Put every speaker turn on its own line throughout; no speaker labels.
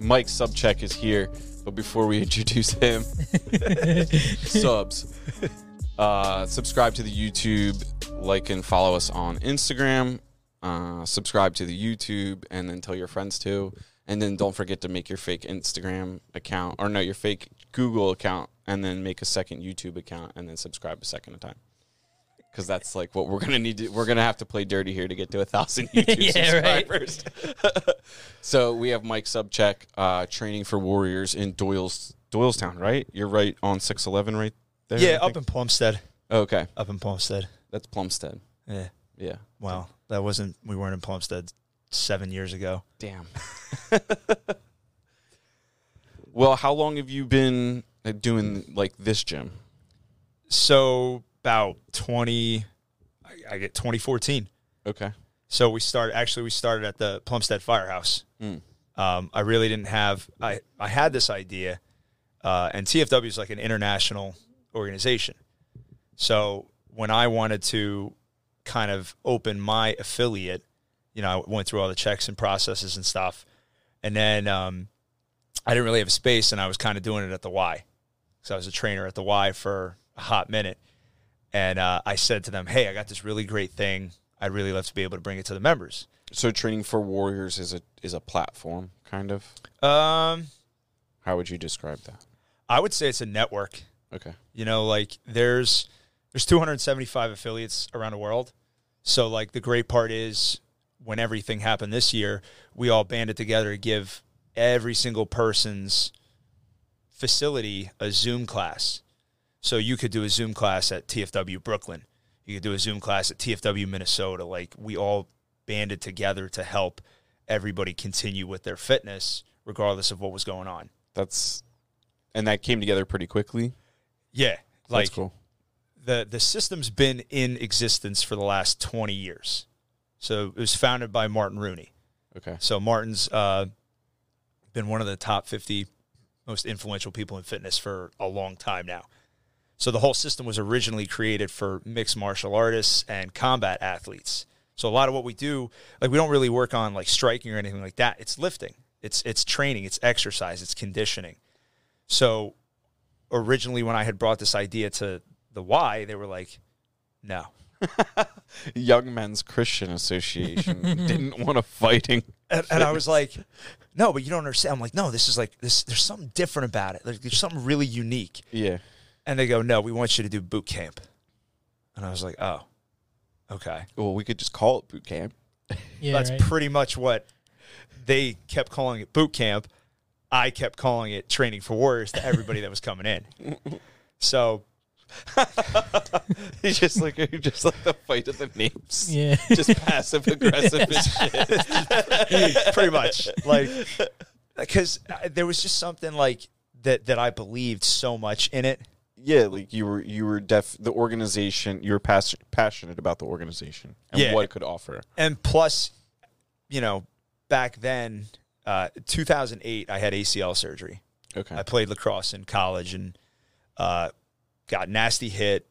Mike Subcheck is here, but before we introduce him, subs. Uh, subscribe to the YouTube, like and follow us on Instagram. Uh, subscribe to the YouTube, and then tell your friends too. And then don't forget to make your fake Instagram account, or no, your fake Google account, and then make a second YouTube account, and then subscribe a second time. Because that's like what we're gonna need. To, we're gonna have to play dirty here to get to a thousand YouTube
Yeah, right.
subscribers. so we have Mike Subcheck, uh, training for Warriors in Doyle's Doylestown, right? You're right on six eleven, right there. I
Yeah,
think? Oh,
up in Plumstead.
Okay,
Up in Plumstead.
that's Plumstead.
Yeah.
Yeah.
Wow. That wasn't. We weren't in Plumstead seven years ago.
Damn. well, how long have you been uh, doing like this gym?
So about twenty. I, I get twenty fourteen.
Okay.
So we started. Actually, we started at the Plumstead Firehouse.
Mm.
Um, I really didn't have. I I had this idea, uh, and TFW is like an international organization. So when I wanted to kind of open my affiliate, you know, I went through all the checks and processes and stuff, and then um, I didn't really have a space, and I was kind of doing it at the Y. So I was a trainer at the Y for a hot minute, and uh, I said to them, "Hey, I got this really great thing. I'd really love to be able to bring it to the members."
So training for warriors is a is a platform kind of.
Um,
How would you describe that?
I would say it's a network.
Okay.
You know, like there's there's 275 affiliates around the world. So like the great part is when everything happened this year, we all banded together to give every single person's facility a Zoom class. So you could do a Zoom class at TFW Brooklyn. You could do a Zoom class at TFW Minnesota. Like we all banded together to help everybody continue with their fitness regardless of what was going on.
That's and that came together pretty quickly.
Yeah. Like
that's cool.
the the system's been in existence for the last 20 years. So it was founded by Martin Rooney.
Okay.
So Martin's uh, been one of the top 50 most influential people in fitness for a long time now. So the whole system was originally created for mixed martial artists and combat athletes. So a lot of what we do, like we don't really work on like striking or anything like that. It's lifting. It's it's training, it's exercise, it's conditioning. So originally when I had brought this idea to the why, they were like, "No,
Young Men's Christian Association didn't want to fighting.
and, and I was like, no, but you don't understand. I'm like, no, this is like this. There's something different about it. Like, there's something really unique.
Yeah.
And they go, no, we want you to do boot camp. And I was like, oh, okay.
Well, we could just call it boot camp.
yeah,
That's
right.
pretty much what they kept calling it boot camp. I kept calling it training for warriors to everybody that was coming in. So
It's just like just like the fight of the names.
yeah.
Just passive aggressive as shit.
pretty much like because there was just something like that that I believed so much in it.
yeah, like you were you were def the organization you were pas- passionate about the organization and
Yeah.
what it could offer.
and plus, you know, back then, uh, 2008, I had ACL surgery.
Okay,
I played lacrosse in college and uh, got nasty hit,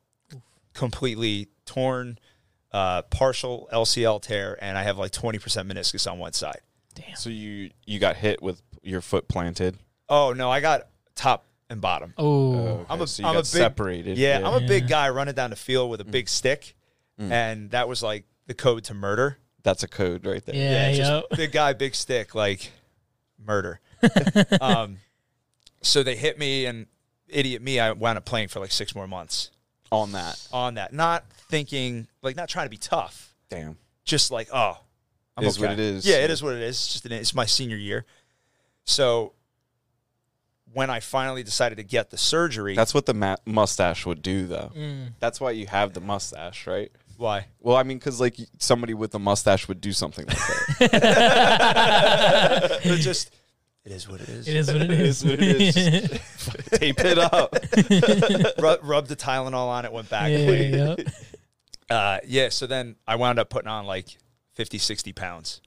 completely torn, uh, partial LCL tear, and I have like 20% meniscus on one side.
so you you got hit with your foot planted.
Oh no, I got top and bottom.
I'm
Oh,
I'm
a,
a-
so you
I'm
got
a big-
separated.
Yeah, I'm a big
Yeah.
guy running down the field with a big stick, and that was like the code to murder.
that's a code right there.
yeah,
it's
yeah.
just big guy, big stick, like murder. um, so they hit me, and idiot me, I wound up playing for like six more months
On that,
on that. Not thinking, like, not trying to be tough,
damn.
just like, oh, I'm
It is what
okay.
it is.
Yeah, it is what it is. It's just an, it's my senior year. So when I finally decided to get the surgery,
That's what the ma- mustache would do, though.
Mm.
That's why you have the mustache, right?
why.
Well, I mean, because like somebody with a mustache would do something like that.
But just it is what it is.
It is what it is.
what it is. Tape it up.
Rub, rubbed the Tylenol on it, went back.
yeah,
away.
yeah.
Uh, yeah. So then I wound up putting on like 50, 60 pounds.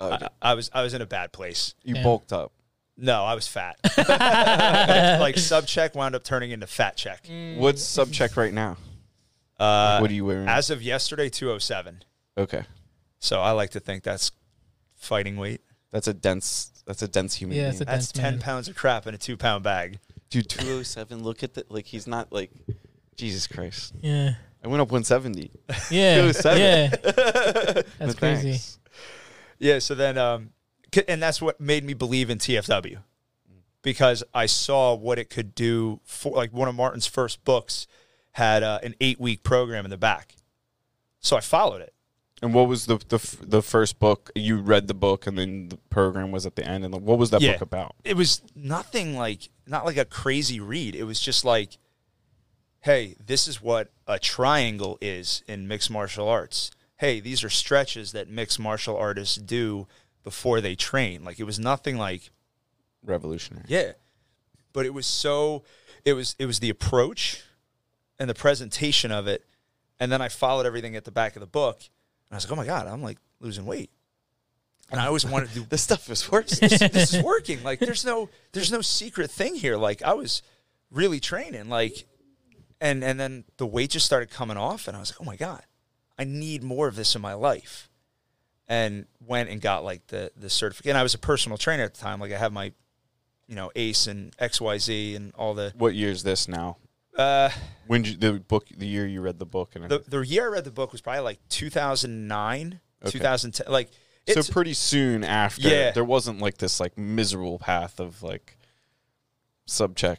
Oh,
I, I was I was in a bad place.
you
Uh, Yeah.
bulked up.
No, I was fat. like, like sub check wound up turning into fat check.
Mm.
What's sub check right now?
Uh,
what are you wearing?
as of yesterday, two oh seven.
okay.
So I like to think that's fighting weight.
That's a dense. That's a dense human
Yeah,
being.
it's a-
That's
Dense man.
ten pounds of crap in a two pound bag.
Dude, 207, look at that. Like, he's not like, Jesus Christ.
Yeah.
I went up 170.
Yeah.
Goes seven.
yeah.
No,
That's crazy.
thanks.
Yeah. So then, um, c- and that's what made me believe in TFW because I saw what it could do for like one of Martin's first books had uh, an eight week program in the back. So I followed it.
And what was the, the f- the first book? You read the book, and then the program was at the end. And like, what was that
Yeah.
book about?
It was nothing like, not like a crazy read. It was just like, hey, this is what a triangle is in mixed martial arts. Hey, these are stretches that mixed martial artists do before they train. Like, it was nothing like,
Revolutionary.
Yeah. But it was so it was it was the approach and the presentation of it. And then I followed everything at the back of the book and I was like, Oh my God, I'm like losing weight. And I always wanted to do
This stuff is worse.
this, this is working. Like there's no there's no secret thing here. Like I was really training. Like and and then the weight just started coming off and I was like, "Oh my god. I need more of this in my life." And went and got like the the certificate. And I was a personal trainer at the time. Like I have my you know, ACE and XYZ and all the
what year is this now?
uh
When did you, the book, the year you read the book, and
the the year I read the book was probably like 2009,
Okay.
2010. Like
so
it's
pretty soon after,
Yeah.
there wasn't like this like miserable path of like subcheck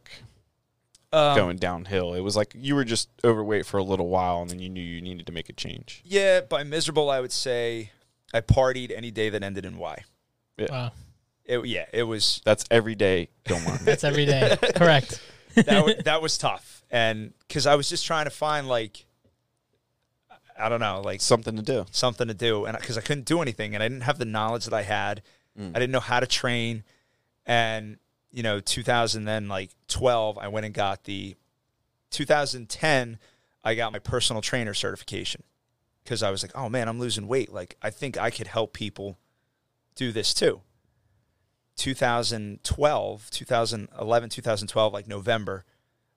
um,
going downhill. It was like you were just overweight for a little while, and then you knew you needed to make a change.
Yeah, by miserable, I would say I partied any day that ended in Y.
Wow.
It, yeah, it was
That's every day, Gilmar.
That's every day. Correct.
that, wa- that was tough, and because I was just trying to find like I don't know, like
Something to do.
something to do, and because I couldn't do anything, and I didn't have the knowledge that I had, I didn't know how to train, and you know, 2000 then like 12, I went and got the 2010, I got my personal trainer certification because I was like, oh man, I'm losing weight, like I think I could help people do this too. 2012, 2011, 2012, like November,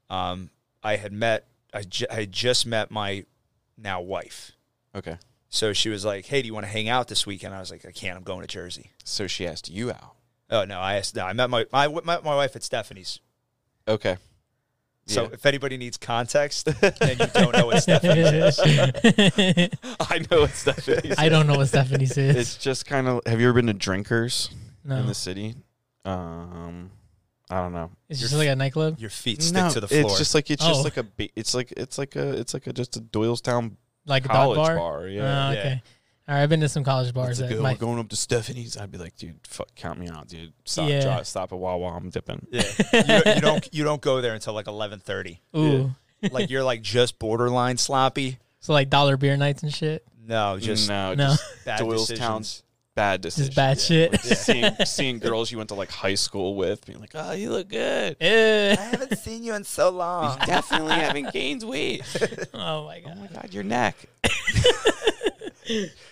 um, I had met, I, ju- I had just met my now wife.
Okay,
So she was like, "Hey, do you want to hang out this weekend?" I was like, "I can't. I'm going to Jersey."
so she asked you out.
Oh no, I asked. No, I met my I w- met my wife at Stephanie's.
Okay,
So
Yeah.
if anybody needs context, then you don't know what Stephanie's is.
I know it's Stephanie.
I don't know what Stephanie says.
it's just kind of. Have you ever been to Drinkers? in
No.
the city. Um, I don't know.
It's just like a nightclub.
Your feet stick to the floor.
it's just like it's
Oh.
just like a ba- it's like it's like a it's like a just a Doylestown
Like a dog
college
bar.
bar. Yeah,
Oh,
yeah.
okay. All right. I've been to some college
it's
bars.
like,
that
"Oh,
my-
we're going up to Stephanie's. I'd be like, dude, fuck, count me out, dude. Stop,
Yeah.
drive, stop at Wawa. I'm dipping.
yeah. you, you don't you don't go there until like 11:30.
Ooh.
Like you're like just borderline sloppy.
So like dollar beer nights and shit.
No, just
no,
No.
just
bad
Doylestown.
decisions.
bad decision.
Just bad shit.
seeing seeing girls you went to like high school with, being like, oh, you look good.
Eh.
haven't seen you in so long.
Definitely haven't gained weight.
oh my
Oh
god.
my god, your neck.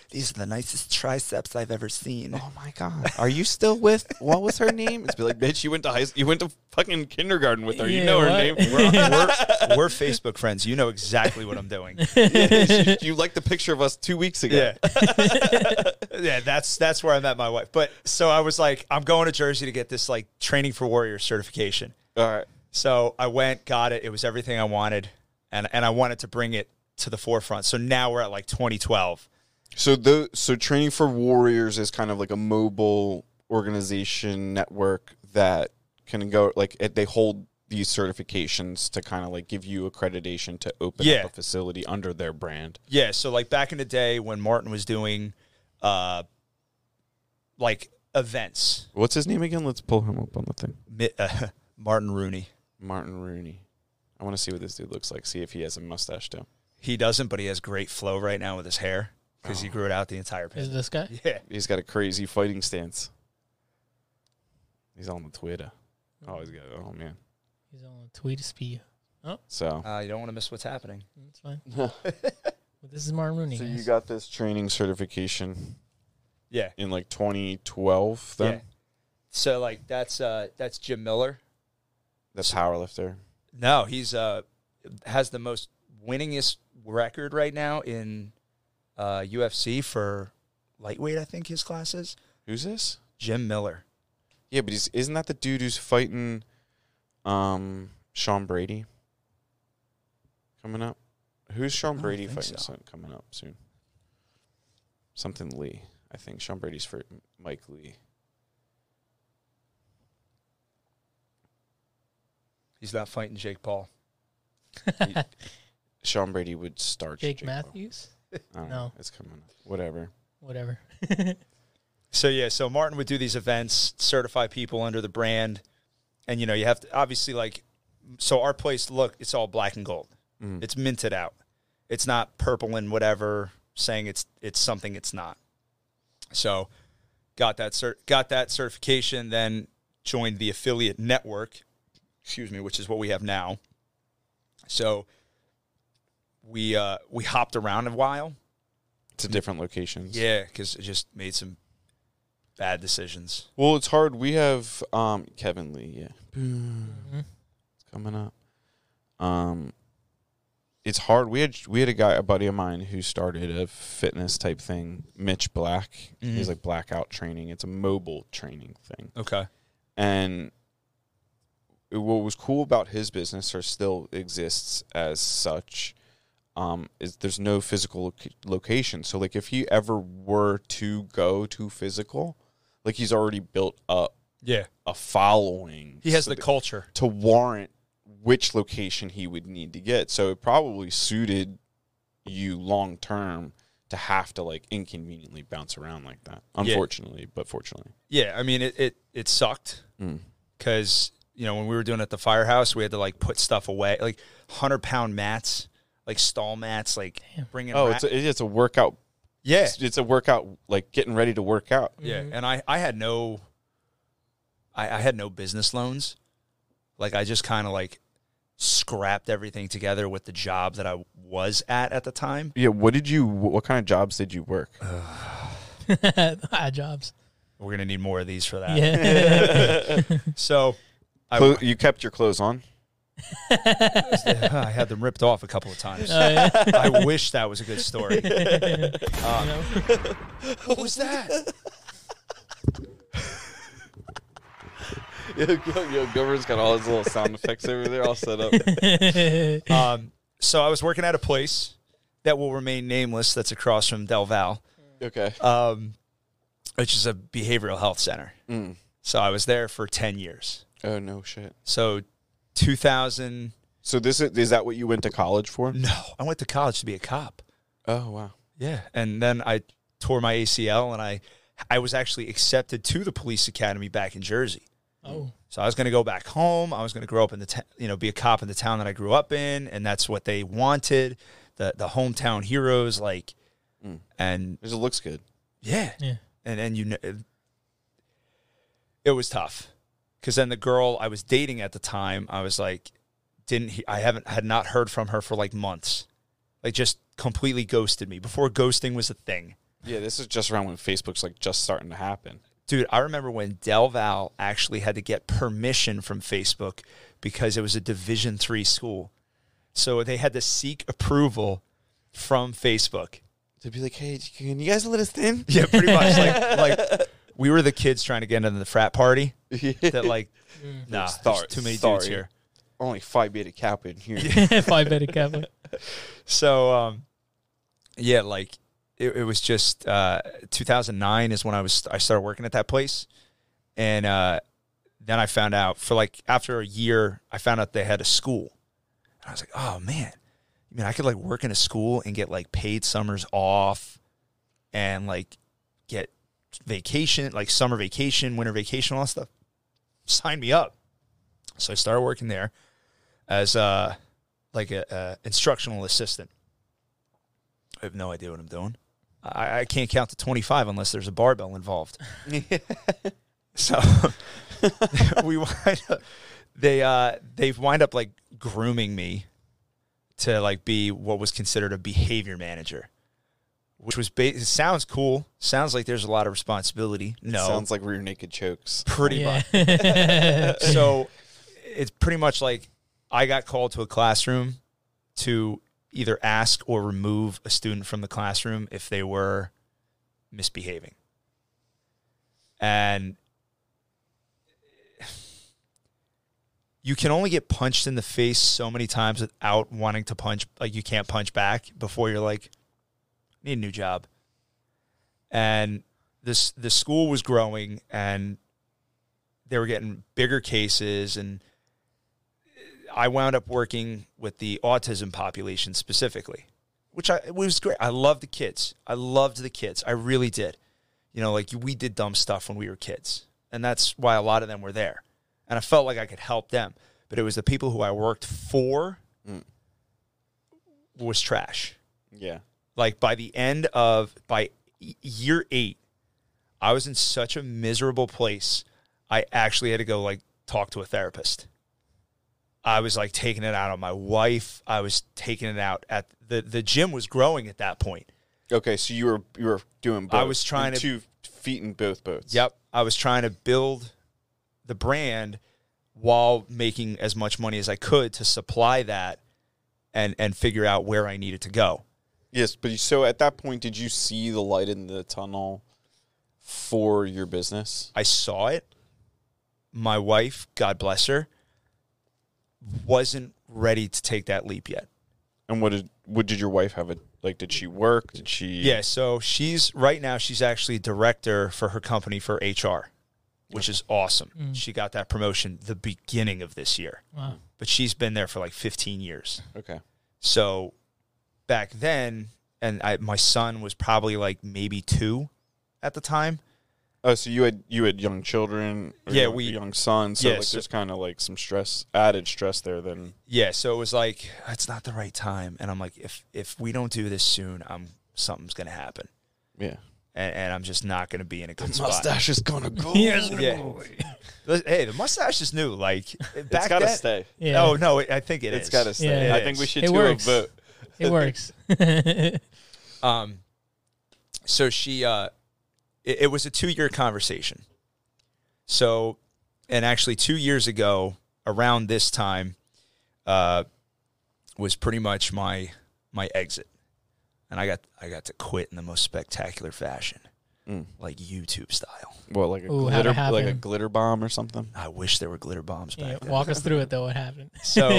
These are the nicest triceps I've ever seen.
Oh my god, are you still with what was her name? It's be like, bitch, you went to high, you went to fucking kindergarten with her. you
Yeah,
know her
what?
name.
We're, we're, we're Facebook friends. You know exactly what I'm doing.
you you liked the picture of us two weeks ago.
Yeah. yeah, that's that's where I met my wife. But so I was like, I'm going to Jersey to get this like training for warrior certification.
All right.
So I went, got it. It was everything I wanted, and and I wanted to bring it to the forefront. So now we're at like 2012.
So the so training for warriors is kind of like a mobile organization network that can go like it, they hold these certifications to kind of like give you accreditation to open
Yeah.
up a facility under their brand.
Yeah. So like back in the day when Martin was doing, uh, like events,
What's his name again? Let's pull him up on the thing.
Mi- uh, Martin Rooney.
Martin Rooney. I want to see what this dude looks like. See if he has a mustache too.
He doesn't, but he has great flow right now with his hair because he
Oh.
grew it out the entire.
Is
Pin.
it this guy?
Yeah.
He's got a crazy fighting stance. He's on the Twitter. Oh, he's got. Oh man.
He's on tweet to spew.
So.
Uh, you don't want to miss what's happening.
That's fine. Well, this is Martin Rooney.
So
guys.
you got this training certification
Yeah.
in like 2012. Then
Yeah. So like that's uh that's Jim Miller.
the powerlifter.
No, he's uh has the most winningest record right now in uh UFC for lightweight, I think his class is.
Who's this?
Jim Miller.
Yeah, but he's, isn't that the dude who's fighting um, Sean Brady coming up? Who's Sean
don't
Brady
think
fighting
so.
so- coming up soon? Something Lee, I think. Sean Brady's for Mike Lee.
He's not fighting Jake Paul.
Sean Brady would start
Jake
Paul.
Matthews?
I don't
No.
know. It's coming up. Whatever.
Whatever.
Hmm.
So yeah, so Martin would do these events, certify people under the brand, and you know you have to obviously like, so our place look it's all black and gold,
Mm.
it's minted out, it's not purple and whatever saying it's it's something it's not. So, got that cert, got that certification, then joined the affiliate network, excuse me, which is what we have now. So, we uh, we hopped around a while,
It's a different locations.
yeah, because it just made some bad decisions.
Well, it's hard. We have um, Kevin Lee. Yeah.
Mm-hmm.
Mhm.
coming up. Um, it's hard. We had we had a guy, a buddy of mine, who started a fitness type thing. Mitch Black.
Mhm.
He's like blackout training. It's a mobile training thing.
Mm-hmm. Okay.
And it- what was cool about his business, or still exists as such, um, is there's no physical loc- location. So like, if he ever were to go to physical, like he's already built up
Yeah.
a following.
He has
So
the
that-
culture.
to warrant which location he would need to get. So it probably suited you long term to have to like inconveniently bounce around like that. Unfortunately, but fortunately.
Yeah. I mean, it it, it sucked
Mm.
because, you know, when we were doing it at the firehouse, we had to like put stuff away, like 100 pound mats, like stall mats, like bringing.
Oh,
ra-
it's a, it's a workout.
yeah.
It's, it's a workout like getting ready to work out.
Yeah.
Mm-hmm.
And I, I had no, I, I had no business loans. Like I just kind of like scrapped everything together with the job that I was at at the time.
Yeah. What did you? What kind of jobs did you work?
Odd Mm-hmm. jobs.
We're going to need more of these for that.
Yeah.
So I,
Clo- you kept your clothes on.
I had them ripped off a couple of times.
Oh, yeah.
I wish that was a good story. Um,
You know?
What was that?
yo, yo, Governor's got all his little sound effects over there all set up.
Um, so I was working at a place that will remain nameless. That's across from Del Val,
Okay.
um, which is a behavioral health center.
Mm.
So I was there for ten years.
Oh no, shit.
So 2000.
So this is, is that what you went to college for?
No, I went to college to be a cop.
Oh wow.
Yeah, and then I tore my ACL, and I I was actually accepted to the police academy back in Jersey.
oh,
So I was going to go back home. I was going to grow up in the, t- you know, be a cop in the town that I grew up in, and that's what they wanted. The the hometown heroes, like,
Mm.
and
It looks good.
yeah,
yeah.
and and you know, it was tough because then the girl I was dating at the time, I was like, didn't he, I haven't had not heard from her for like months, like just completely ghosted me before ghosting was a thing.
Yeah, this is just around when Facebook's like just starting to happen.
Dude, I remember when Del Val actually had to get permission from Facebook because it was a Division three school, so they had to seek approval from Facebook.
To be like, hey, can you guys let us in?
Yeah, pretty much. like, like we were the kids trying to get into the frat party. That like, nah,
Sorry,
there's too many
sorry.
dudes here.
Only five beta cap in here.
Five beta Kappa.
So, um, yeah, like it, it was just uh, 2009 is when I was I started working at that place, and uh, then I found out for like after a year I found out they had a school, and I was like, oh man, I mean I could like work in a school and get like paid summers off, and like get vacation like summer vacation, winter vacation, all that stuff. Sign me up. So I started working there as uh like a, a instructional assistant. I have no idea what I'm doing. I, I can't count to 25 unless there's a barbell involved. so we wind up. They uh they wind up like grooming me to like be what was considered a behavior manager, which was ba- it sounds cool. Sounds like there's a lot of responsibility. No,
Sounds like rear naked chokes.
pretty much
Yeah.
so it's pretty much like I got called to a classroom to either ask or remove a student from the classroom if they were misbehaving. And you can only get punched in the face so many times without wanting to punch. Like you can't punch back before you're like, need a new job. And this the school was growing, and they were getting bigger cases, and I wound up working with the autism population specifically, which I it was great. I loved the kids. I loved the kids. I really did. You know, like we did dumb stuff when we were kids, and that's why a lot of them were there. And I felt like I could help them, but it was the people who I worked for
Mm.
was trash.
Yeah.
Like by the end of by y- year 8, I was in such a miserable place. I actually had to go like talk to a therapist. I was like taking it out on my wife. I was taking it out at the the gym was growing at that point.
Okay, so you were you were doing. Both.
I was trying
You're
to-
two feet in both boats.
Yep. I was trying to build the brand while making as much money as I could to supply that and and figure out where I needed to go.
Yes, but you, so at that point, did you see the light in the tunnel for your business?
I saw it. My wife, God bless her, wasn't ready to take that leap yet.
And what did what did your wife have? A, like, did she work? Did she?
Yeah, so she's right now she's actually director for her company for HR, which is awesome. She got that promotion the beginning of this year.
Wow.
But she's been there for like 15 years.
Okay.
So back then and I, my son was probably like maybe 2 at the time.
Oh, so you had you had young children. or
Yeah,
young,
we-
young son. So
yeah,
like,
so-
there's kind of like some stress, added stress there. Then
Yeah, so it was like it's not the right time and I'm like if if we don't do this soon, I'm something's going to happen.
yeah,
and, and I'm just not going to be in a good spot.
is gonna go.
Here's
Yeah. Listen, Hey, the mustache is new. Like
It's
back
gotta
then-
stay.
Yeah.
Oh no, it, I think it
it's
is.
gotta stay.
Yeah.
I think we should
It
do
works.
a vote.
It works.
Um, so she, uh, it, it was a two-year conversation. So, and actually, two years ago, around this time, uh, was pretty much my my exit, and I got I got to quit in the most spectacular fashion,
Mm.
like YouTube style.
Well, like a
Ooh, how'd
glitter,
it
like a
happen?
glitter bomb or something.
I wish there were glitter bombs back
Yeah,
then.
walk us through it though. What happened?
So-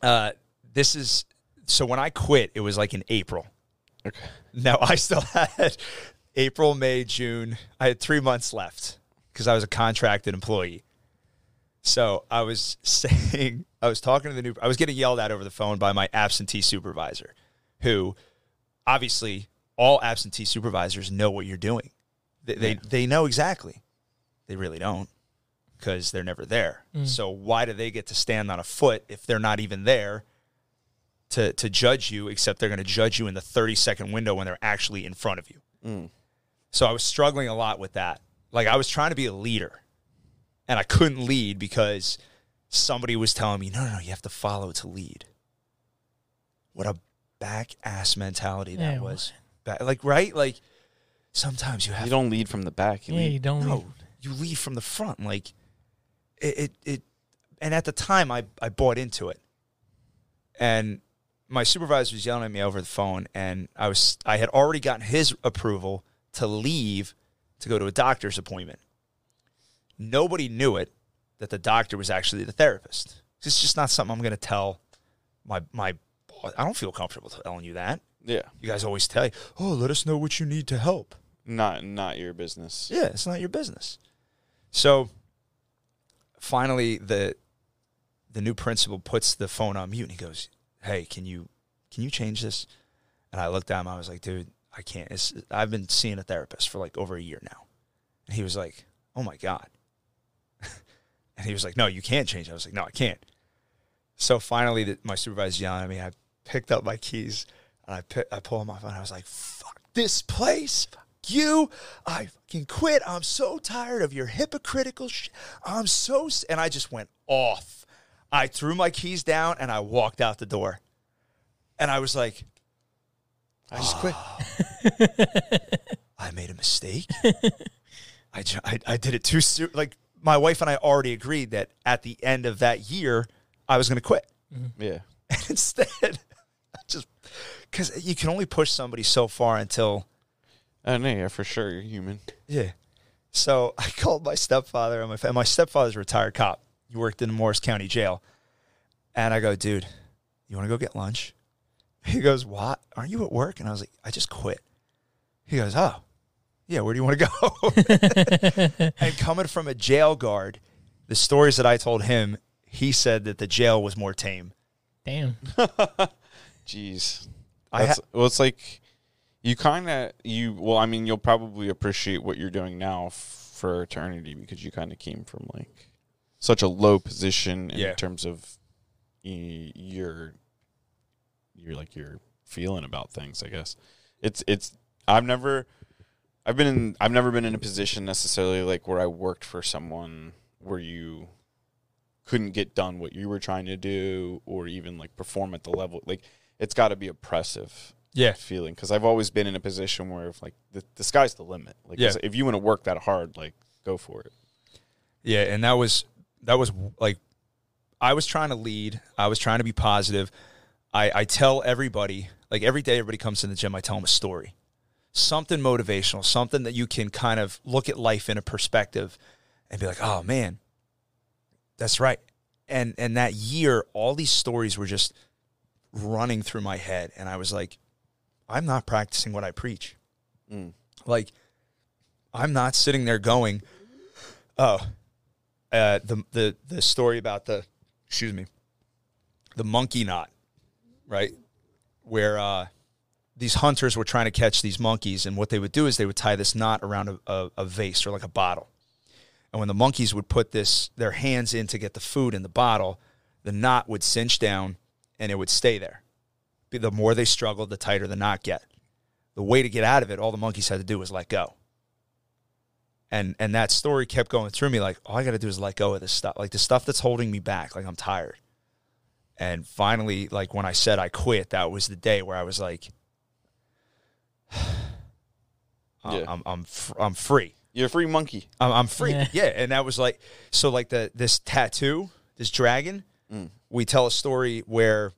uh, this is so when I quit, it was like in April.
Okay.
Now I still had April, May, June. I had three months left because I was a contracted employee. So I was saying, I was talking to the new, I was getting yelled at over the phone by my absentee supervisor, who obviously all absentee supervisors know what you're doing. They, they, they know exactly. They really don't because they're never there. So why do they get to stand on a foot if they're not even there to to judge you? Except they're going to judge you in the thirty second window when they're actually in front of you. So I was struggling a lot with that. Like I was trying to be a leader, and I couldn't lead because somebody was telling me, "No, no, no, you have to follow to lead." What a back ass mentality that
Yeah,
was. Ba- like right, like sometimes you have
You don't lead from the back. You
yeah,
lead
you don't.
no,
leave.
you leave from the front. Like it, it, it and at the time I, I bought into it. And my supervisor was yelling at me over the phone and I was I had already gotten his approval to leave to go to a doctor's appointment. Nobody knew it that the doctor was actually the therapist. It's just not something I'm gonna tell my my boss. I don't feel comfortable telling you that.
Yeah.
You guys always tell you, oh, let us know what you need to help.
Not not your business.
Yeah, it's not your business. So finally the the new principal puts the phone on mute and he goes, "Hey, can you can you change this?" And I looked at him. I was like, "Dude, I can't. It's, I've been seeing a therapist for like over a year now." And he was like, "Oh my god." and he was like, "No, you can't change." it." I was like, "No, I can't." So finally, the, my supervisor's yelling at me. I picked up my keys and I pick, I pulled my phone. I was like, "Fuck this place." Fuck you, I fucking quit. I'm so tired of your hypocritical shit. I'm so, s-" and I just went off. I threw my keys down and I walked out the door. And I was like,
I just quit.
I made a mistake. I, ju- I, I did it too soon. Like, my wife and I already agreed that at the end of that year, I was going to quit.
Yeah.
And instead, I just, because you can only push somebody so far until
I know. Yeah, for sure. You're human.
Yeah. So I called my stepfather and my, fa- my stepfather's a retired cop. you worked in the Morris County Jail. And I go, dude, you want to go get lunch? He goes, what? Aren't you at work? And I was like, I just quit. He goes, oh, yeah, where do you want to go? and coming from a jail guard, the stories that I told him, he said that the jail was more tame.
Damn.
Jeez.
I
That's, well, it's like you kind of you. Well, I mean, you'll probably appreciate what you're doing now f- for eternity because you kind of came from like such a low position in
Yeah.
terms of y- your your like your feeling about things. I guess it's it's. I've never. I've been in. I've never been in a position necessarily like where I worked for someone where you couldn't get done what you were trying to do or even like perform at the level like it's got to be oppressive
Yeah.
feeling because i've always been in a position where if like the, the sky's the limit like
Yeah.
if you want to work that hard like go for it
Yeah, and that was that was like I was trying to lead. I was trying to be positive. I, I tell everybody, like every day everybody comes to the gym, I tell them a story. Something motivational, something that you can kind of look at life in a perspective and be like, oh man, that's right. And and that year, all these stories were just running through my head. And I was like, I'm not practicing what I preach.
Mm.
Like, I'm not sitting there going, oh, uh, the the the story about the excuse me, the monkey knot, right? Where uh, these hunters were trying to catch these monkeys, and what they would do is they would tie this knot around a, a, a vase or like a bottle, and when the monkeys would put this their hands in to get the food in the bottle, the knot would cinch down, and it would stay there. Be- The more they struggled, the tighter the knot get. The way to get out of it, all the monkeys had to do was let go and and that story kept going through me like all i gotta do is let go of this stuff like the stuff that's holding me back like i'm tired and finally like when i said i quit that was the day where i was like I'm,
Yeah.
I'm I'm fr- I'm free.
you're a free monkey
I'm, I'm free. Yeah.
Yeah.
and that was like so like the this tattoo, this dragon. We tell a story where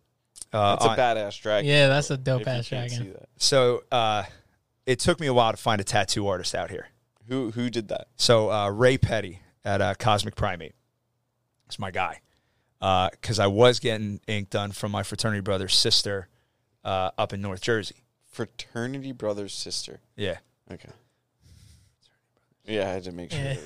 uh,
Mm. that's a
on-
badass dragon
Yeah, that's a dope
if you
ass
can't see
dragon.
that.
so uh, it took me a while to find a tattoo artist out here.
who who did that
So uh, Ray Petty at uh, Cosmic Primate is my guy because I was getting ink done from my fraternity brother's sister uh, up in North Jersey.
fraternity brother's sister
Yeah.
okay yeah i had to make sure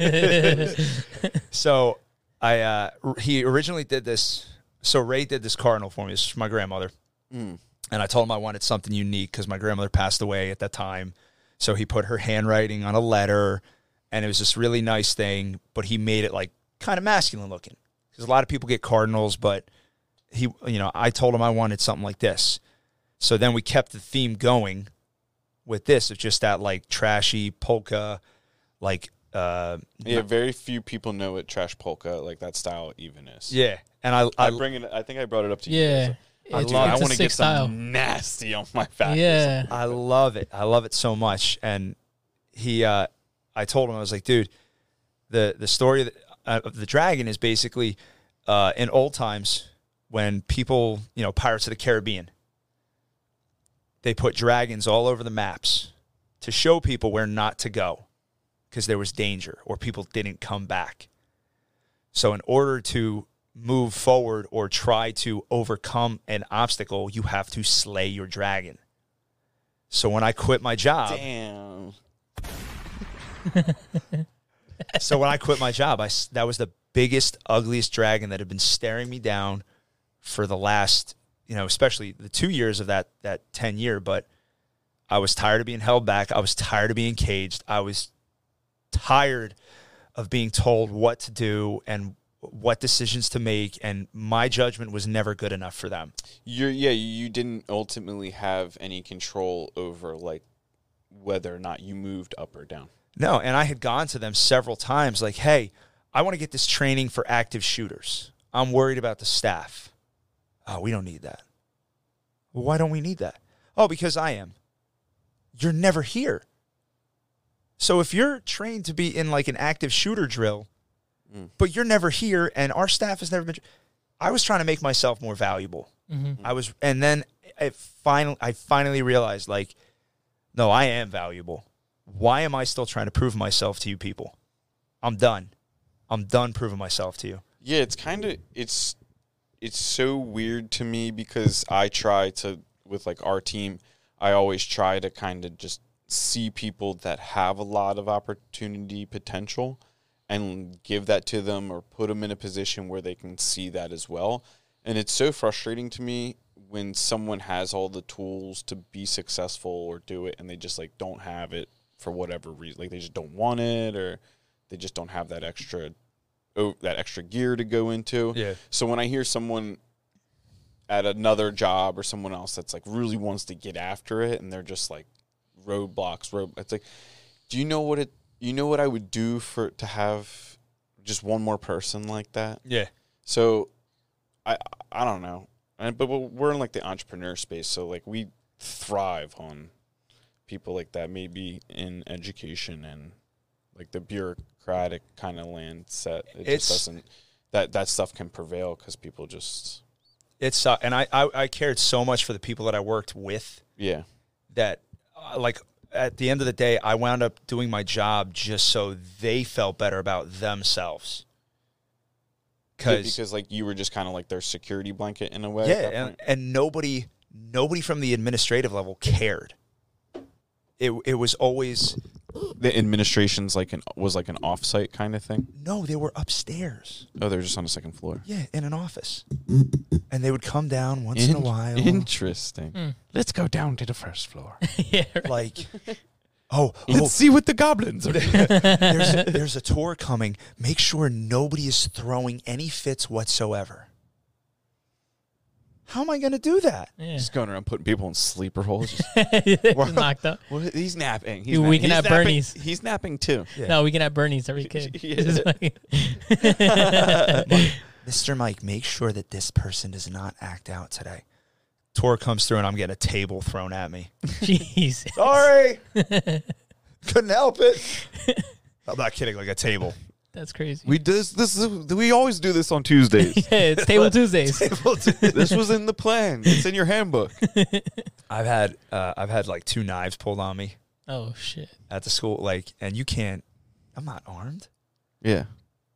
So I uh, r- he originally did this. So Ray did this cardinal for me. This is for my grandmother,
Mm.
and I told him I wanted something unique because my grandmother passed away at that time. So he put her handwriting on a letter, and it was this really nice thing. But he made it like kind of masculine looking because a lot of people get cardinals, but he, you know, I told him I wanted something like this. So then we kept the theme going with this of just that like trashy polka, like uh,
yeah very few people know what trash polka like that style even is
yeah. And I,
I
I,
bring it. I think I brought it up to you.
yeah.
I
It's,
Dude,
love-
I
it's
want to
a sick
get
style.
some nasty on my back.
Yeah.
I love it. I love it so much. And he, uh, I told him, I was like, dude, the the story of the, uh, of the dragon is basically uh, in old times when people, you know, Pirates of the Caribbean, they put dragons all over the maps to show people where not to go because there was danger or people didn't come back. So, in order to move forward or try to overcome an obstacle, you have to slay your dragon. So, when I quit my job,
Damn.
so when I quit my job, I s- that was the biggest, ugliest dragon that had been staring me down for the last, you know, especially the two years of that that ten year. But I was tired of being held back. I was tired of being caged. I was tired of being told what to do and what decisions to make. And my judgment was never good enough for them.
You're yeah. You didn't ultimately have any control over like whether or not you moved up or down.
No, and I had gone to them several times like, "Hey, I want to get this training for active shooters. I'm worried about the staff." Oh, we don't need that. Well, why don't we need that? Oh, because I am. You're never here. So if you're trained to be in like an active shooter drill,
Mm.
but you're never here and our staff has never been I was trying to make myself more valuable.
Mhm.
I was and then I finally I finally realized like no, I am valuable. Why am I still trying to prove myself to you people? I'm done. I'm done proving myself to you.
Yeah, it's kind of it's it's so weird to me because I try to with like our team, I always try to kind of just see people that have a lot of opportunity potential and give that to them or put them in a position where they can see that as well. And it's so frustrating to me when someone has all the tools to be successful or do it and they just like don't have it for whatever reason. Like they just don't want it or they just don't have that extra oh, that extra gear to go into.
Yeah.
So when I hear someone at another job or someone else that's like really wants to get after it and they're just like roadblocks, road it's like do you know what it you know what I would do for to have just one more person like that?
Yeah.
So I I don't know. And, but we're- we're in like the entrepreneur space, so like we thrive on people like that maybe in education and like the bureaucratic kind of land set it
It's-
just doesn't that that stuff can prevail cuz people just
It's uh, and I, I I cared so much for the people that I worked with
yeah.
that uh, like at the end of the day I wound up doing my job just so they felt better about themselves.
Yeah, because like you were just kind of like their security blanket in a way. at
Yeah,
that
and,
point.
and nobody nobody from the administrative level cared. It it was always
the administration's like an was like an offsite kind of thing.
no, they were upstairs.
Oh, they're just on the second floor.
Yeah, in an office. And they would come down once in, a
In-
while.
Interesting.
Let's go down to the first floor.
Mm-hmm. yeah. right.
like oh, oh
Let's see what the goblins are doing.
there's a, there's a tour coming. Make sure nobody is throwing any fits whatsoever. How am I going to do that?
Yeah.
Just going around putting people in sleeper holes. Just,
Just knocked up.
"Well, he's napping. He's
Dude,
napping.
we can
He's
have
napping.
Bernie's."
He's napping too.
Yeah.
No, we can have Bernie's every kid.
Yeah.
Just like-
Mr. Mike, make sure that this person does not act out today. Tour comes through and I'm getting a table thrown at me.
Jeez.
Sorry. Couldn't help it. I'm not kidding, like a table.
That's crazy.
We does this. is- We always do this on Tuesdays.
yeah, it's Table Tuesdays.
this was in the plan. It's in your handbook.
I've had uh, I've had like two knives pulled on me
Oh, shit.
at the school, like and you can't I'm not armed.
Yeah.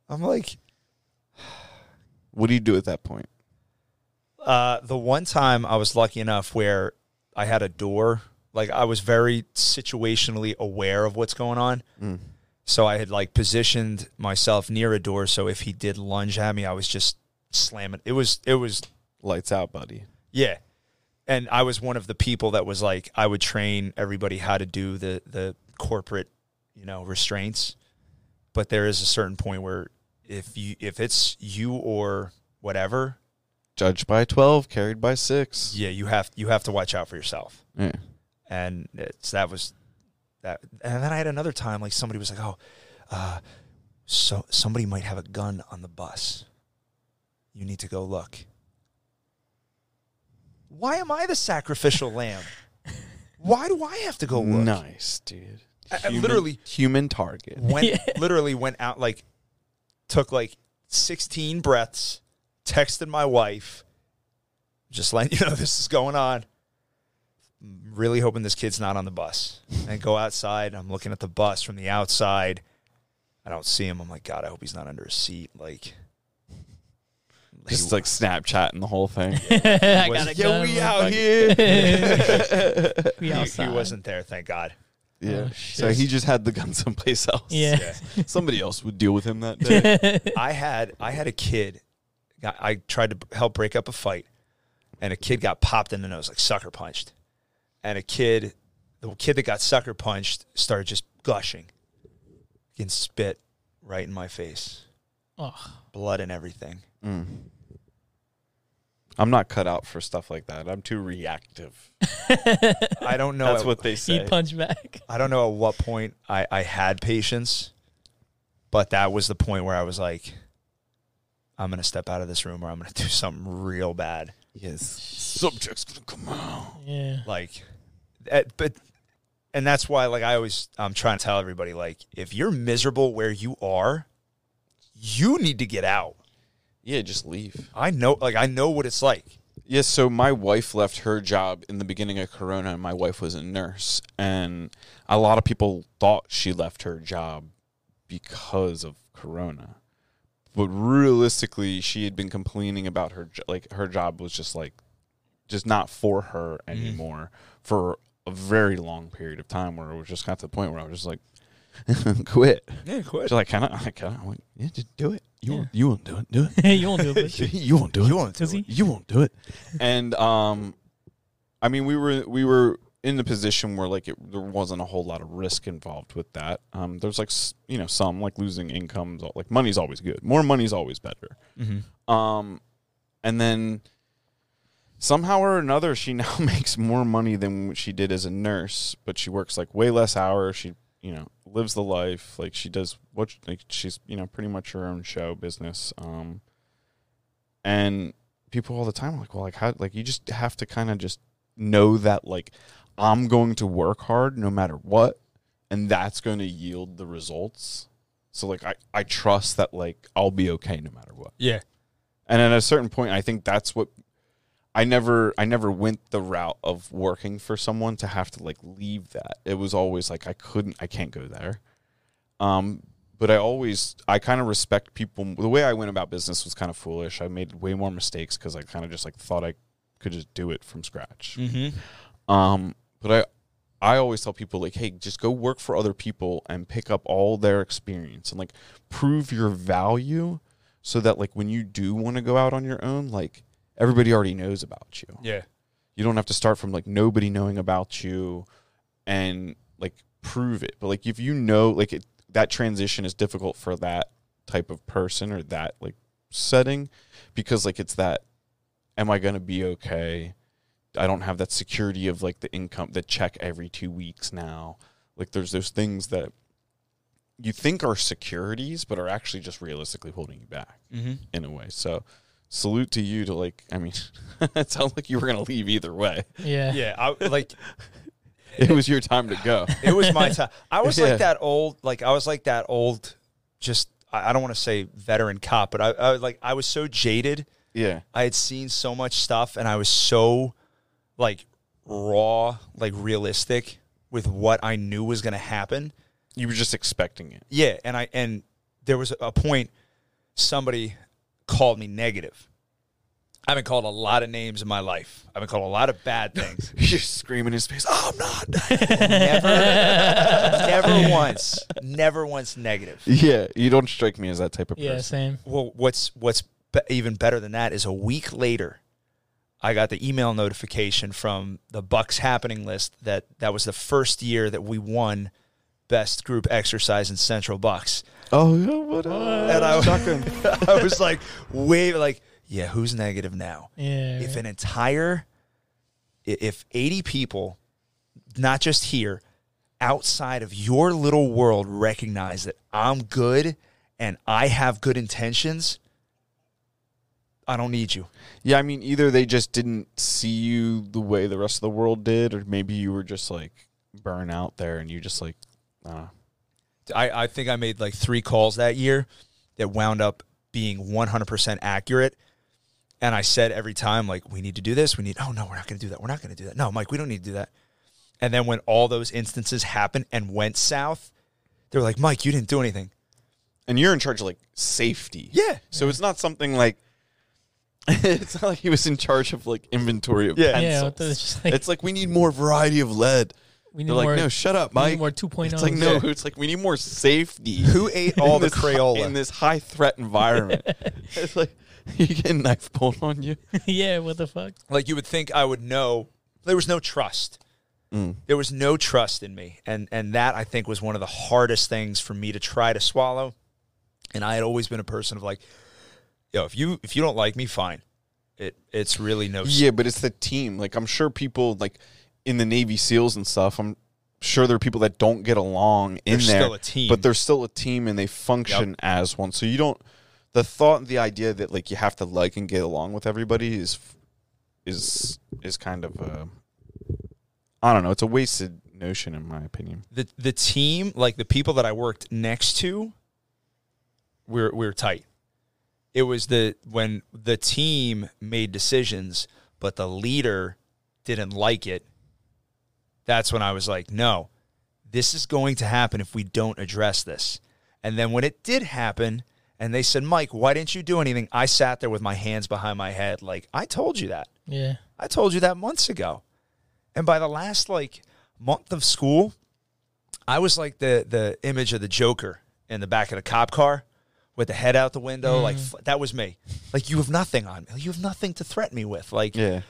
I'm like
What do you do at that point?
Uh, the one time I was lucky enough where I had a door, like I was very situationally aware of what's going on.
Mm.
So I had like positioned myself near a door. So if he did lunge at me, I was just slamming. It was, it was,
Lights out, buddy.
yeah. And I was one of the people that was like, I would train everybody how to do the, the corporate, you know, restraints. But there is a certain point where if you, if it's you or whatever,
Judged by twelve, carried by six.
yeah, you have, you have to watch out for yourself.
Yeah.
and it's that was that and then i had another time like somebody was like oh uh, so somebody might have a gun on the bus you need to go look why am i the sacrificial lamb why do i have to go look
Nice, dude.
I- I literally-
human target.
went
Yeah.
literally went out like took like 16 breaths texted my wife just letting you know this is going on really hoping this kid's not on the bus and go outside i'm looking at the bus from the outside i don't see him i'm like god i hope he's not under a seat like
Just like Snapchat and the whole thing.
I
was-
got
Yeah,
a gun.
we
motherfucker.
out here.
We
he, he
outside.
wasn't there thank god
yeah.
Oh,
so
shit.
he just had the gun someplace else.
Yeah.
yeah
Somebody else would deal with him that day.
I had I had a kid. I I tried to b- help break up a fight, and a kid got popped in the nose, like sucker punched. And a kid, the kid that got sucker punched, started just gushing, and spit right in my face,
Oh,
blood and everything.
Mm. I'm not cut out for stuff like that. I'm too reactive.
I don't know.
That's
at,
what they
he
say.
punched back.
I don't know at what point I I had patience, but that was the point where I was like, I'm gonna step out of this room or I'm gonna do something real bad.
Yes. Subject's gonna come out.
Yeah.
like that, but and that's why like i always i'm trying to tell everybody like if you're miserable where you are you need to get out
Yeah, just leave.
i know like i know what it's like
Yes, so my wife left her job in the beginning of Corona, and my wife was a nurse, and a lot of people thought she left her job because of Corona, but realistically, she had been complaining about her jo- like her job was just like just not for her anymore for a very long period of time where it was just got to the point where I was just like quit.
Yeah, quit.
She's like, can I? Can I? I'm like, yeah, just do it. You won't, you won't do it. Do it.
you won't do it. but-
you won't do it. You won't
do Does it. he?
You won't do it. and um, I mean, we were we were in the position where like it, there wasn't a whole lot of risk involved with that. Um, there's like s- you know some like losing incomes. Like money's always good. More money's always better.
Mm-hmm.
Um, and then somehow or another, she now makes more money than she did as a nurse, but she works like way less hours. She, you know, lives the life. Like she does what, she- like she's, you know, pretty much her own show business. Um, and people all the time are like, well, like how, like you just have to kind of just know that like I'm going to work hard no matter what, and that's going to yield the results. So like I, I trust that like I'll be okay no matter what.
Yeah.
And at a certain point, I think that's what I never I never went the route of working for someone to have to like leave that. It was always like I couldn't I can't go there. Um but I always I kind of respect people the way I went about business was kind of foolish. I made way more mistakes cuz I kind of just like thought I could just do it from scratch.
Mm-hmm.
Um, but I, I always tell people like, hey, just go work for other people and pick up all their experience and like prove your value, so that like when you do want to go out on your own, like everybody already knows about you.
Yeah.
You don't have to start from like nobody knowing about you, and like prove it. But like if you know, like it, that transition is difficult for that type of person or that like setting, because like it's that, am I gonna be okay? I don't have that security of like the income, the check every two weeks now. Like there's those things that you think are securities, but are actually just realistically holding you back
Mm-hmm.
in a way. So salute to you to like, I mean, it sounded like you were going to leave either way.
yeah.
Yeah. I, like
It was your time to go.
it was my time. I was
Yeah.
like that old. Like I was like that old. Just I, I don't want to say veteran cop, but I, I was like I was so jaded.
Yeah.
I had seen so much stuff, and I was so like raw, like realistic with what I knew was going to happen.
You were just expecting it.
Yeah, and I and there was a point somebody called me negative. I've been called a lot of names in my life. I've been called a lot of bad things.
You're screaming in his face. Oh, I'm not.
never, never once, never once negative.
yeah. You don't strike me as that type of person.
Yeah, same.
Well, what's what's be- even better than that is a week later, I got the email notification from the Bucks happening list that that was the first year that we won best group exercise in Central Bucks.
Oh, yeah, what?
And I-
Shotgun.
I was like, wait, like, yeah, who's negative now?
Yeah.
If
right.
an entire, i- if 80 people, not just here, outside of your little world recognize that I'm good and I have good intentions, I don't need you.
Yeah, I mean, either they just didn't see you the way the rest of the world did, or maybe you were just like burnt out there, and you just like, uh,
I, I think I made like three calls that year that wound up being 100% accurate. And I said every time, like, we need to do this. We need, oh, no, we're not going to do that. We're not going to do that. No, Mike, we don't need to do that. And then when all those instances happened and went south, they were like, Mike, you didn't do anything.
and you're in charge of like safety.
Yeah.
So it's not something like it's not like he was in charge of like inventory of
Yeah.
Yeah,
pencils.
what the- it's just like-
it's like we need more variety of lead.
we
They're like, no, shut up,
we need
Mike.
more 2.0s.
It's like no, it's like we need more safety.
Who ate all
in
the
this hi-
Crayola?
in this high threat environment? it's like you get a knife pulled on you.
yeah, what the fuck?
like you would think I would know. There was no trust. There was no trust in me, and and that I think was one of the hardest things for me to try to swallow. And I had always been a person of like, yo, if you if you don't like me, fine. It it's really no. s-
Yeah, but it's the team. Like I'm sure people like in the Navy SEALs and stuff. I'm sure there are people that don't get along in
They're
there.
still a team.
but they're still a team and they function as one. So you don't. The thought and the idea that like you have to like and get along with everybody is is is kind of uh, I don't know. It's a wasted notion in my opinion.
The the team, like the people that I worked next to, we're we're tight. It was the when the team made decisions, but the leader didn't like it. That's when I was like, no, this is going to happen if we don't address this. And then when it did happen, And they said, Mike, why didn't you do anything? I sat there with my hands behind my head, like, I told you that.
Yeah.
I told you that months ago. And by the last like month of school, I was like the the image of the Joker in the back of the cop car with the head out the window. Like f- that was me. Like you have nothing on me. You have nothing to threaten me with. Like
Yeah.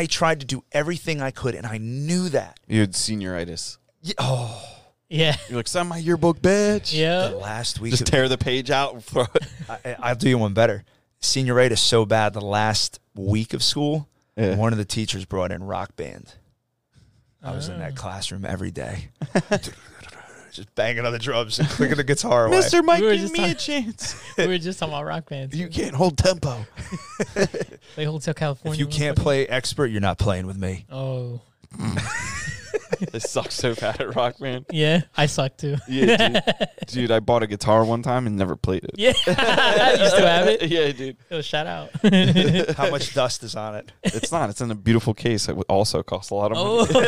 I tried to do everything I could, and I knew that.
You had senioritis.
Ye- Oh,
Yeah.
You're like, sign my yearbook, bitch.
the
Yeah.
last week.
Just
of-
tear the page out. and throw it.
I, I'll do you one better. Senioritis so bad. The last week of school,
Yeah.
one of the teachers brought in rock band. I was in
Ah.
that classroom every day, just banging on the drums and clicking the guitar away.
Mr. Mike,
We were
give
just
me a chance.
we were just talking about rock bands.
you can't hold tempo.
They Hotel California.
If you can't
motherfucker.
play expert, you're not playing with me.
Oh.
They suck so bad at rock band.
Yeah. I suck too.
Yeah, dude. Dude, I bought a guitar one time and never played it.
Yeah. you still have it?
yeah, dude.
Yo, shout out.
How much dust is on it?
It's not. It's in a beautiful case. It would also cost a lot of money.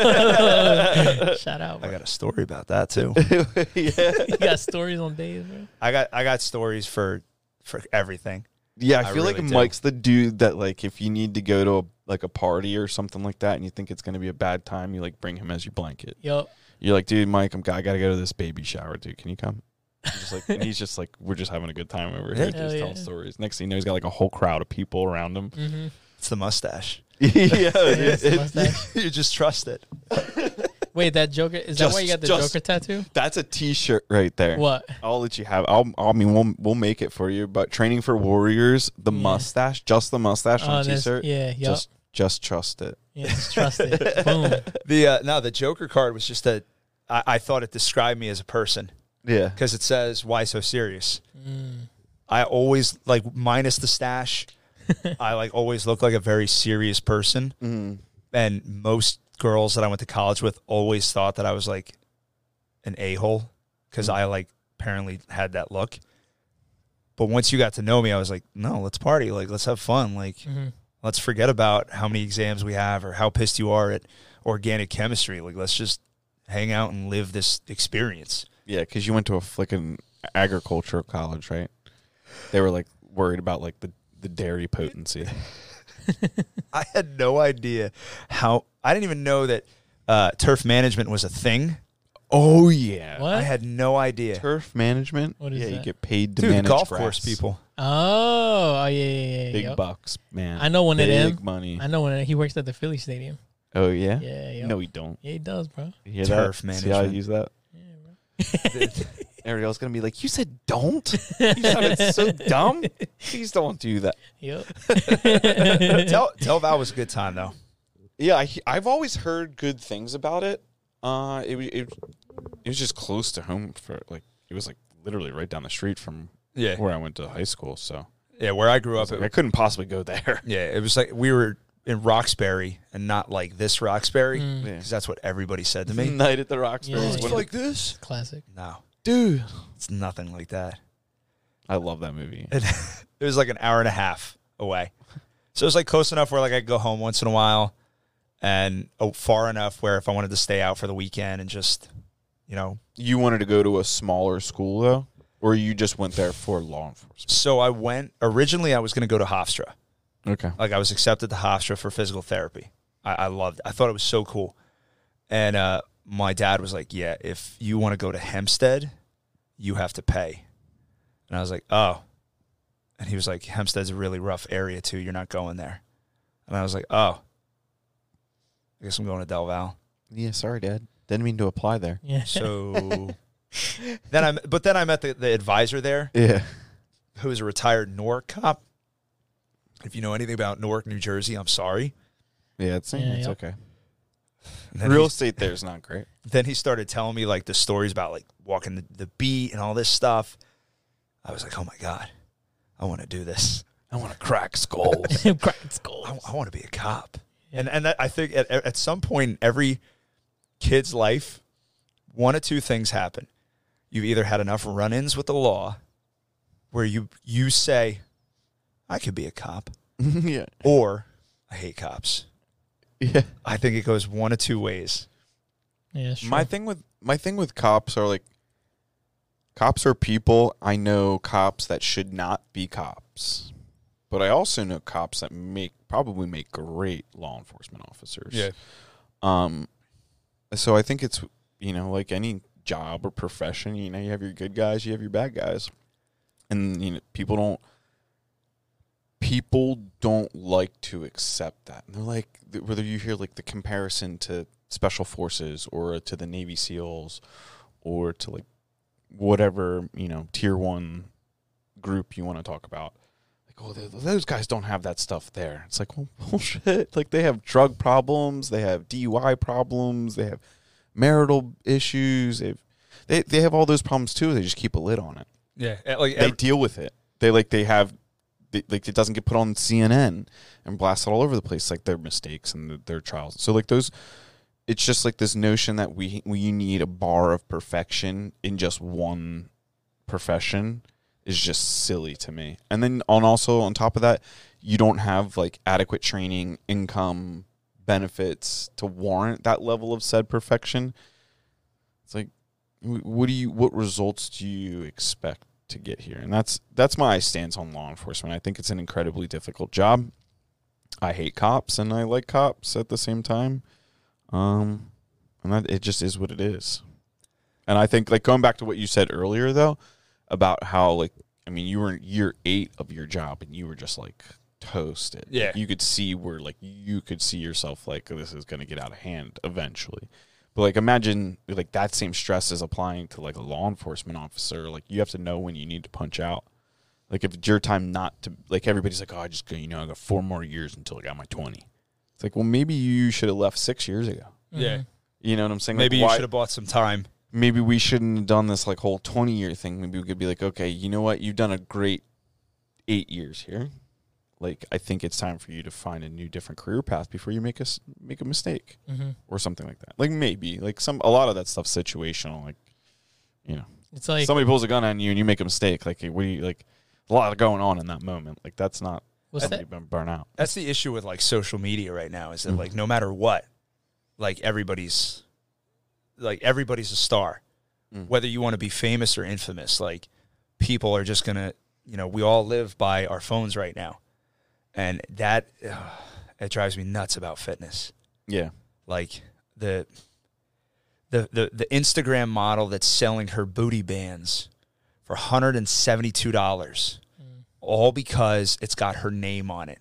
oh. shout out.
I
Bro.
got a story about that too.
Oh. You got stories on days, bro.
I got I got stories for for everything.
Yeah, I
I
feel like
really do.
Mike's the dude that like if you need to go to a, like a party or something like that, and you think it's gonna be a bad time, you like bring him as your blanket.
Yo.
You're like, dude, Mike, I'm I gotta go to this baby shower, dude. Can you come? I'm Just like, and he's just like, we're just having a good time over here,
Yeah.
just
Hell
telling
yeah.
stories. Next thing you know, he's got like a whole crowd of people around him.
Mm-hmm.
It's the mustache.
Oh, yeah,
it's the
it-
mustache.
you just trust it.
Wait, that Joker. Is that why you
Just-
got the
just-
Joker tattoo?
that's a T-shirt right there.
What?
I'll let you have. I'll. I mean, we'll we'll make it for you. But training for warriors, the
Yeah.
mustache, just the mustache on
Oh,
a
that's-
T-shirt.
Yeah. Yup.
Just just trust it.
yeah. Just trust it. Boom.
The uh, no, the Joker card was just a. I, I thought it described me as a person
Yeah.
because it says why so serious.
Mm.
I always like minus the stash. I like always look like a very serious person,
Mm.
and most girls that I went to college with always thought that I was like an a hole because I like apparently had that look. But once you got to know me, I was like, no, let's party, like let's have fun, like
Mhm.
let's forget about how many exams we have or how pissed you are at organic chemistry. Like let's just hang out and live this experience.
Yeah, because you went to a flickin' agricultural college, right? They were like worried about like the, the dairy potency.
I had no idea how I didn't even know that uh, turf management was a thing.
Oh yeah,
What?
I had no idea.
turf management.
What is
yeah, you
that?
get paid to
Dude,
manage
golf
grass.
course people.
Oh. Oh yeah. Yeah. yeah,
Big
yup.
bucks, man.
I know one of
Big
them.
money.
I know when he works at the Philly Stadium.
oh yeah.
Yeah. Yup.
No, we don't.
Yeah, he does, bro.
You hear
Turf
that? See how I
management.
use that?
Yeah, bro.
Ariel's gonna be like, "You said don't. you sounded so dumb. Please don't do that."
Yup.
tell tell Val was a good time though.
Yeah, I, he- I've always heard good things about it. Uh, it, wa- it it was just close to home for like it was like literally right down the street from
Yeah,
where I went to high school. So
yeah. Where I grew up,
I, was like, I
it,
couldn't possibly go there.
yeah, it was like we were in Roxbury and not like this Roxbury
Mm.
Yeah.
because that's what everybody said to me.
Night at the Roxbury.
Yeah.
was
It's
one of the-
this,
Classic.
no,
Dude,
it's nothing like that.
I love that movie.
It, it was like an hour and a half away, so it was like close enough where like I could go home once in a while, and oh, far enough where if I wanted to stay out for the weekend and just, you know,
you wanted to go to a smaller school though, or you just went there for law enforcement?
so I went originally. I was going to go to Hofstra.
Okay.
like I was accepted to Hofstra for physical therapy. I, I loved. It. I thought it was so cool. And uh, my dad was like, "Yeah, if you want to go to Hempstead, you have to pay." And I was like, "Oh." And he was like, "Hempstead's a really rough area too. You're not going there." And I was like, "Oh." I guess I'm going to Del Valle.
Yeah, sorry, Dad. Didn't mean to apply there.
Yeah.
So then I, but then I met the, the advisor there,
Yeah.
who is a retired Newark cop. If you know anything about Newark, New Jersey, I'm sorry.
Yeah, it's,
Yeah,
it's
yeah.
okay.
And then
Real
he-
estate there is not great.
then he started telling me like the stories about like walking the, the beat and all this stuff. I was like, oh my God, I want to do this.
I want to crack skulls.
Cracked skulls.
I, I want to be a cop.
Yeah.
And and that, I think at, at some point in every kid's life, one of two things happen. You've either had enough run ins with the law where you you say, I could be a cop,
yeah.
or I hate cops.
Yeah.
I think it goes one of two ways.
Yeah, sure.
My thing with my thing with cops are like
Cops are people. I know cops that should not be cops, but I also know cops that make probably make great law enforcement officers. Um, so I think it's you know like any job or profession, you know, you have your good guys, you have your bad guys, and you know people don't people don't like to accept that. And they're like whether you hear like the comparison to special forces or to the Navy SEALs or to like whatever you know tier one group you want to talk about. Like, oh, th- those guys don't have that stuff there. It's like, well, bullshit. Like they have drug problems, they have DUI problems, they have marital issues. They've they they have all those problems too. They just keep a lid on it.
Yeah. Eh, Like
They
ev-
deal with it. They like they have. They, like it doesn't get put on CNN and blasted all over the place, like their mistakes and the, their trials. So like those, it's just like this notion that we we need a bar of perfection in just one profession is just silly to me. And then on also on top of that, you don't have like adequate training, income, benefits to warrant that level of said perfection. It's like wh- what do you what results do you expect to get here? And that's that's my stance on law enforcement. I think it's an incredibly difficult job. I hate cops and I like cops at the same time. Um and that it just is what it is. And I think like going back to what you said earlier though, about how like I mean you were in year eight of your job and you were just like toasted. Like,
Yeah.
you could see where like you could see yourself like this is gonna get out of hand eventually. But like imagine like that same stress is applying to like a law enforcement officer. Like you have to know when you need to punch out. Like if it's your time not to like everybody's like, Oh, I just got you know, I got four more years until I got my twenty. It's like, well maybe you should have left six years ago.
yeah.
You know what I'm saying?
Maybe
like,
you
why-
should have bought some time.
maybe we shouldn't have done this like whole 20 year thing. Maybe we could be like, okay, you know what? You've done a great eight years here. Like, I think it's time for you to find a new different career path before you make us make a mistake
Mm-hmm.
or something like that. Like maybe like some, a lot of that stuff's situational. Like, you know,
It's like
somebody pulls a gun on you and you make a mistake. Like, what do you like? A lot going on in that moment. Like, that's not
what's that?
somebody been burnt out.
That's the issue with like social media right now is that
Mhm.
like no matter what, like everybody's like everybody's a star.
Mm.
Whether you want to be famous or infamous, like people are just going to, you know, we all live by our phones right now. And that ugh, it drives me nuts about fitness.
Yeah.
Like the the the the Instagram model that's selling her booty bands for $172
Mm.
all because it's got her name on it.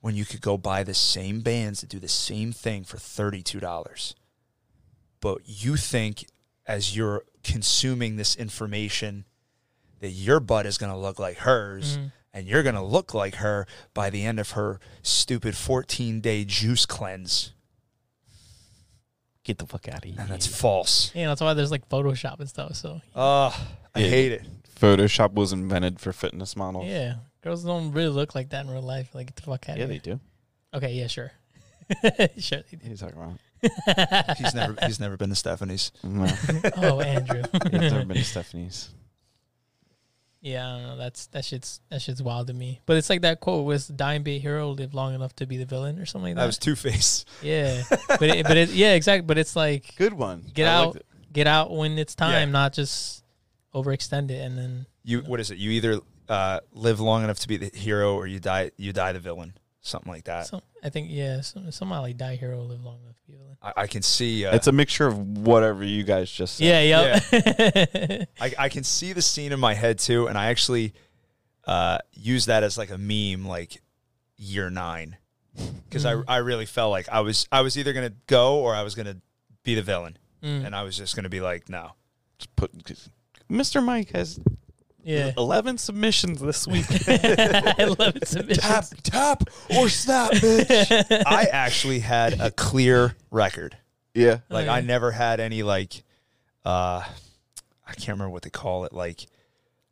When you could go buy the same bands that do the same thing for $32. But you think, as you're consuming this information, that your butt is going to look like hers
Mhm.
and you're going to look like her by the end of her stupid 14 day juice cleanse.
Get the fuck out of here.
And that's false.
Yeah, that's why there's like Photoshop and stuff. So
Ugh, I
Yeah.
hate it.
Photoshop was invented for fitness models.
yeah, girls don't really look like that in real life. Like get the fuck out
Yeah,
of
they
here.
do.
Okay, yeah, sure, sure they
What are you talking about?
do.
He's never he's never been to Stephanie's.
No.
oh, Andrew.
It's never been to Stephanie's.
Yeah, I don't know. That's that shit's that shit's wild to me. But it's like that quote was dying be a hero, live long enough to be the villain or something like that.
That was Two Face.
yeah. but it, but it, yeah, exactly. But it's like
Good one.
Get
I
out.
liked it.
get out when it's time,
Yeah.
not just overextend it and then
You what is it? You either uh, live long enough to be the hero, or you die you die the villain. Something like that.
some, I think yeah, some somehow like die hero, live long enough to be the villain.
I, I can see. Uh,
It's a mixture of whatever you guys just said.
Yeah, yep.
I, I can see the scene in my head too, and I actually uh, use that as like a meme, like year nine, because
Mm.
I I really felt like I was I was either gonna go or I was gonna be the villain,
Mm,
and I was just gonna be like, no,
Just put, Mr. Mike has
yeah.
11 submissions this week.
I love it. submissions.
tap, or snap, bitch.
I actually had a clear record.
Yeah.
Like
Okay.
I never had any like, uh, I can't remember what they call it. Like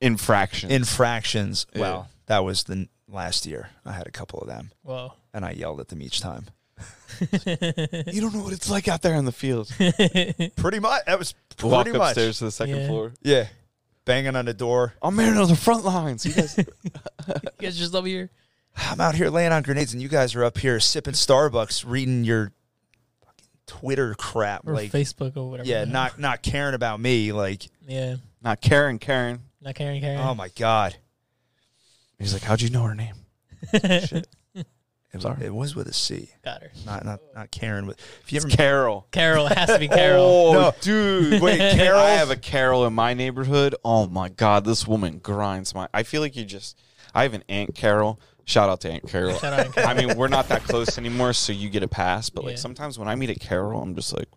Infraction.
infractions.
Yeah.
Well, that was the n- last year. I had a couple of them,
Whoa.
and I yelled at them each time.
you don't know what it's like out there on the field.
Pretty much. That was pretty
Walk
much.
upstairs to the second
Yeah.
floor.
Yeah, banging on the door.
I'm married on the front lines. You guys,
You guys just over here.
I'm out here laying on grenades, and you guys are up here sipping Starbucks, reading your fucking Twitter crap.
Or
like,
Facebook or whatever.
yeah,
the hell.
not not caring about me. Like,
yeah.
Not Karen, Karen.
Not Karen Karen.
Oh my god!
He's like, how'd you know her name?
Shit. It,
Sorry.
it was with a C,
Got her.
not not not Karen. But if you
It's
ever
Carol.
Carol it has to be Carol.
Oh,
No.
dude. Wait, Carol?
I
I have a Carol in my neighborhood. Oh, my God. This woman grinds my. I feel like you just. I have an Aunt Carol. Shout out to Aunt Carol.
Shout out to Carol.
I mean, we're not that close anymore, so you get a pass. But
Yeah.
like sometimes when I meet a Carol, I'm just like,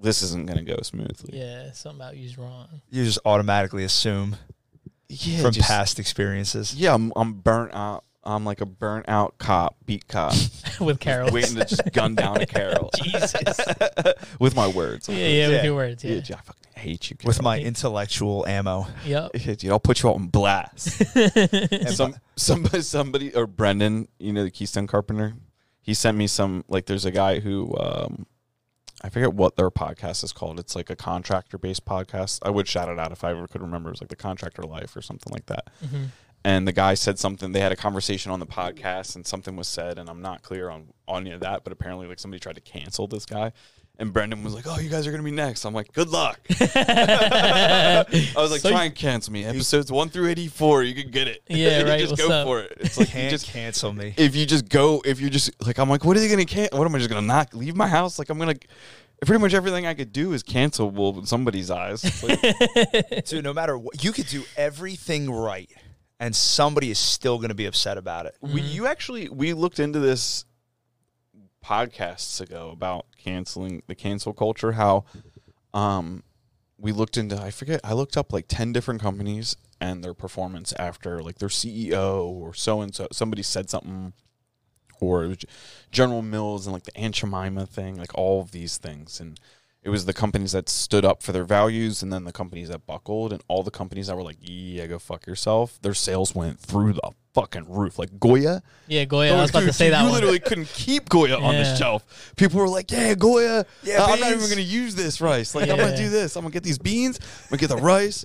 this isn't going to go smoothly.
Yeah, something about you's wrong.
you just automatically assume
Yeah,
from
just-
past experiences.
Yeah, I'm, I'm burnt out. I'm like a burnt out cop, beat cop,
With Carol.
waiting to just gun down a Carol
Jesus. yeah,
with my words.
yeah, with
Yeah.
your words.
Yeah,
Yeah.
dude, I fucking hate you. Carol.
With my intellectual ammo,
Yep.
Yeah, dude, I'll put you out on blast. some somebody, somebody or Brendan, you know the Keystone Carpenter. He sent me some like there's a guy who um I forget what their podcast is called. It's like a contractor based podcast. I would shout it out if I ever could remember. It was like the contractor life or something like that.
Mm-hmm.
And the guy said something. They had a conversation on the podcast, and something was said, and I'm not clear on on any of that. But apparently, like somebody tried to cancel this guy, and Brendan was like, "Oh, you guys are gonna be next." I'm like, "Good luck." I was like,
So-
try and cancel me. Episodes one through eighty-four, you can get it.
Yeah,
You
right,
just
what's
go
up?
for it. It's like you
can't
just
cancel me.
if you just go, if you're just like, I'm like, what are they gonna can? What am I just gonna knock? Leave my house? Like I'm gonna. Pretty much everything I could do is cancelable in somebody's eyes. It's like,
Dude, no matter what, you could do everything right, and somebody is still going to be upset about it.
we, you actually, we looked into this podcasts ago about canceling the cancel culture. How, um, we looked into I forget I looked up like ten different companies and their performance after like their CEO or so and so somebody said something or it was G- General Mills and like the Aunt Jemima thing, like all of these things. And it was the companies that stood up for their values and then the companies that buckled and all the companies that were like, yeah, go fuck yourself. Their sales went through the fucking roof. Like Goya.
Yeah, Goya. I was about
Dude,
to say
you
that one.
literally couldn't keep Goya on the
Yeah.
shelf. People were like, yeah, Goya. uh,
Yeah,
I'm not
beans.
even going to use this rice. Like, I'm going
Yeah.
to do this. I'm going to get these beans. I'm going to get the rice.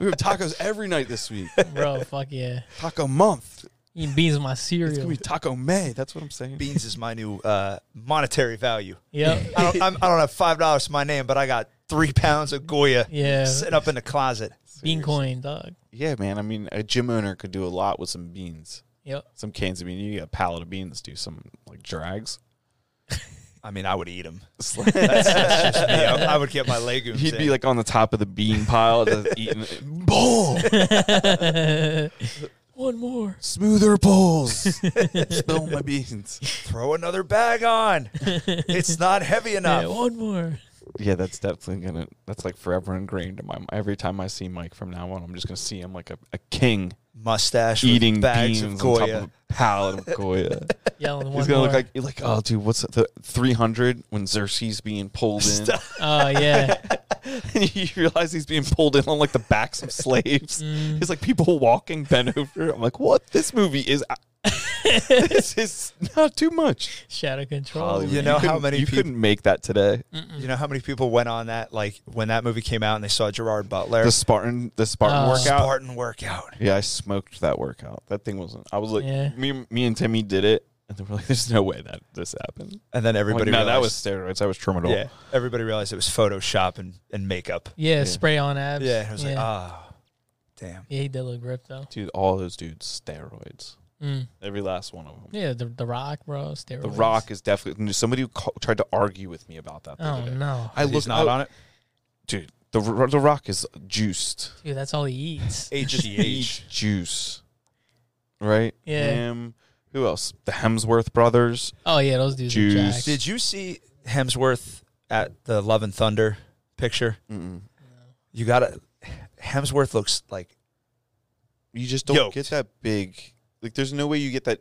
we have tacos every night this week.
Bro, fuck yeah.
Taco month.
Eating beans with my
It's
cereal.
going to be Taco May. That's what I'm saying.
Beans is my new uh, monetary value.
Yep.
I don't, I'm, I don't have five dollars to my name, but I got three pounds of Goya
Yeah.
sitting up in the closet.
Bean coin, dog.
Yeah, man. I mean, a gym owner could do a lot with some beans,
Yep.
some cans of beans. You get a pallet of beans, do some like drags.
I mean, I would eat them.
It's like-
That's just me. I, I would get my legumes.
He'd be
in.
like on the top of the bean pile, just eating. Bowl,
One more.
smoother bowls. Spill my beans.
throw another bag on. it's not heavy
Yeah,
enough.
one more.
Yeah, that's definitely gonna. That's like forever ingrained in my. Every time I see Mike from now on, I'm just gonna see him like a, a king
Mustache with
eating
bags
beans
of
on top
Goya.
of a pallet of Goya.
Yelling one
He's gonna
more.
look like you're like oh dude, what's the 300 when Xerxes being pulled in?
oh yeah.
and you realize he's being pulled in on like the backs of slaves.
Mm.
It's like people walking bent over. I'm like, what? This movie is. uh, this is not too much.
Shadow control.
Hollywood.
You know how
couldn't-
many
you
peop-
couldn't make that today.
Mm.
You know how many people went on that like when that movie came out and they saw Gerard Butler
The Spartan, the Spartan
Oh.
workout.
Spartan workout.
Yeah, I smoked that workout. That thing wasn't. I was like,
Yeah.
me, me and Timmy did it, and they were like, "There's no way that this happened."
And
I'm
then
like,
everybody
no, that was
realized,
steroids. That was terminal.
yeah, everybody realized it was Photoshop and, and makeup.
Yeah, spray on abs.
Yeah, I was like,
yeah.
ah, damn.
Yeah, he did look ripped though.
dude, all those dudes steroids.
Mm.
Every last one of them.
Yeah, the, the Rock, bro. Steroids.
The Rock is definitely somebody who ca- tried to argue with me about that. the
Oh
other day.
no,
I
He's
look
not
I-
on it.
dude. The R- the Rock is juiced.
dude, that's all he eats.
HGH.
Juice, right?
Yeah.
Him. Who else? The Hemsworth brothers.
Oh yeah, those dudes
Juice.
are jacked.
Did you see Hemsworth at the Love and Thunder picture?
Mm-mm.
You gotta. Hemsworth looks like
You just don't
Yoked.
get that big. Like, there's no way you get that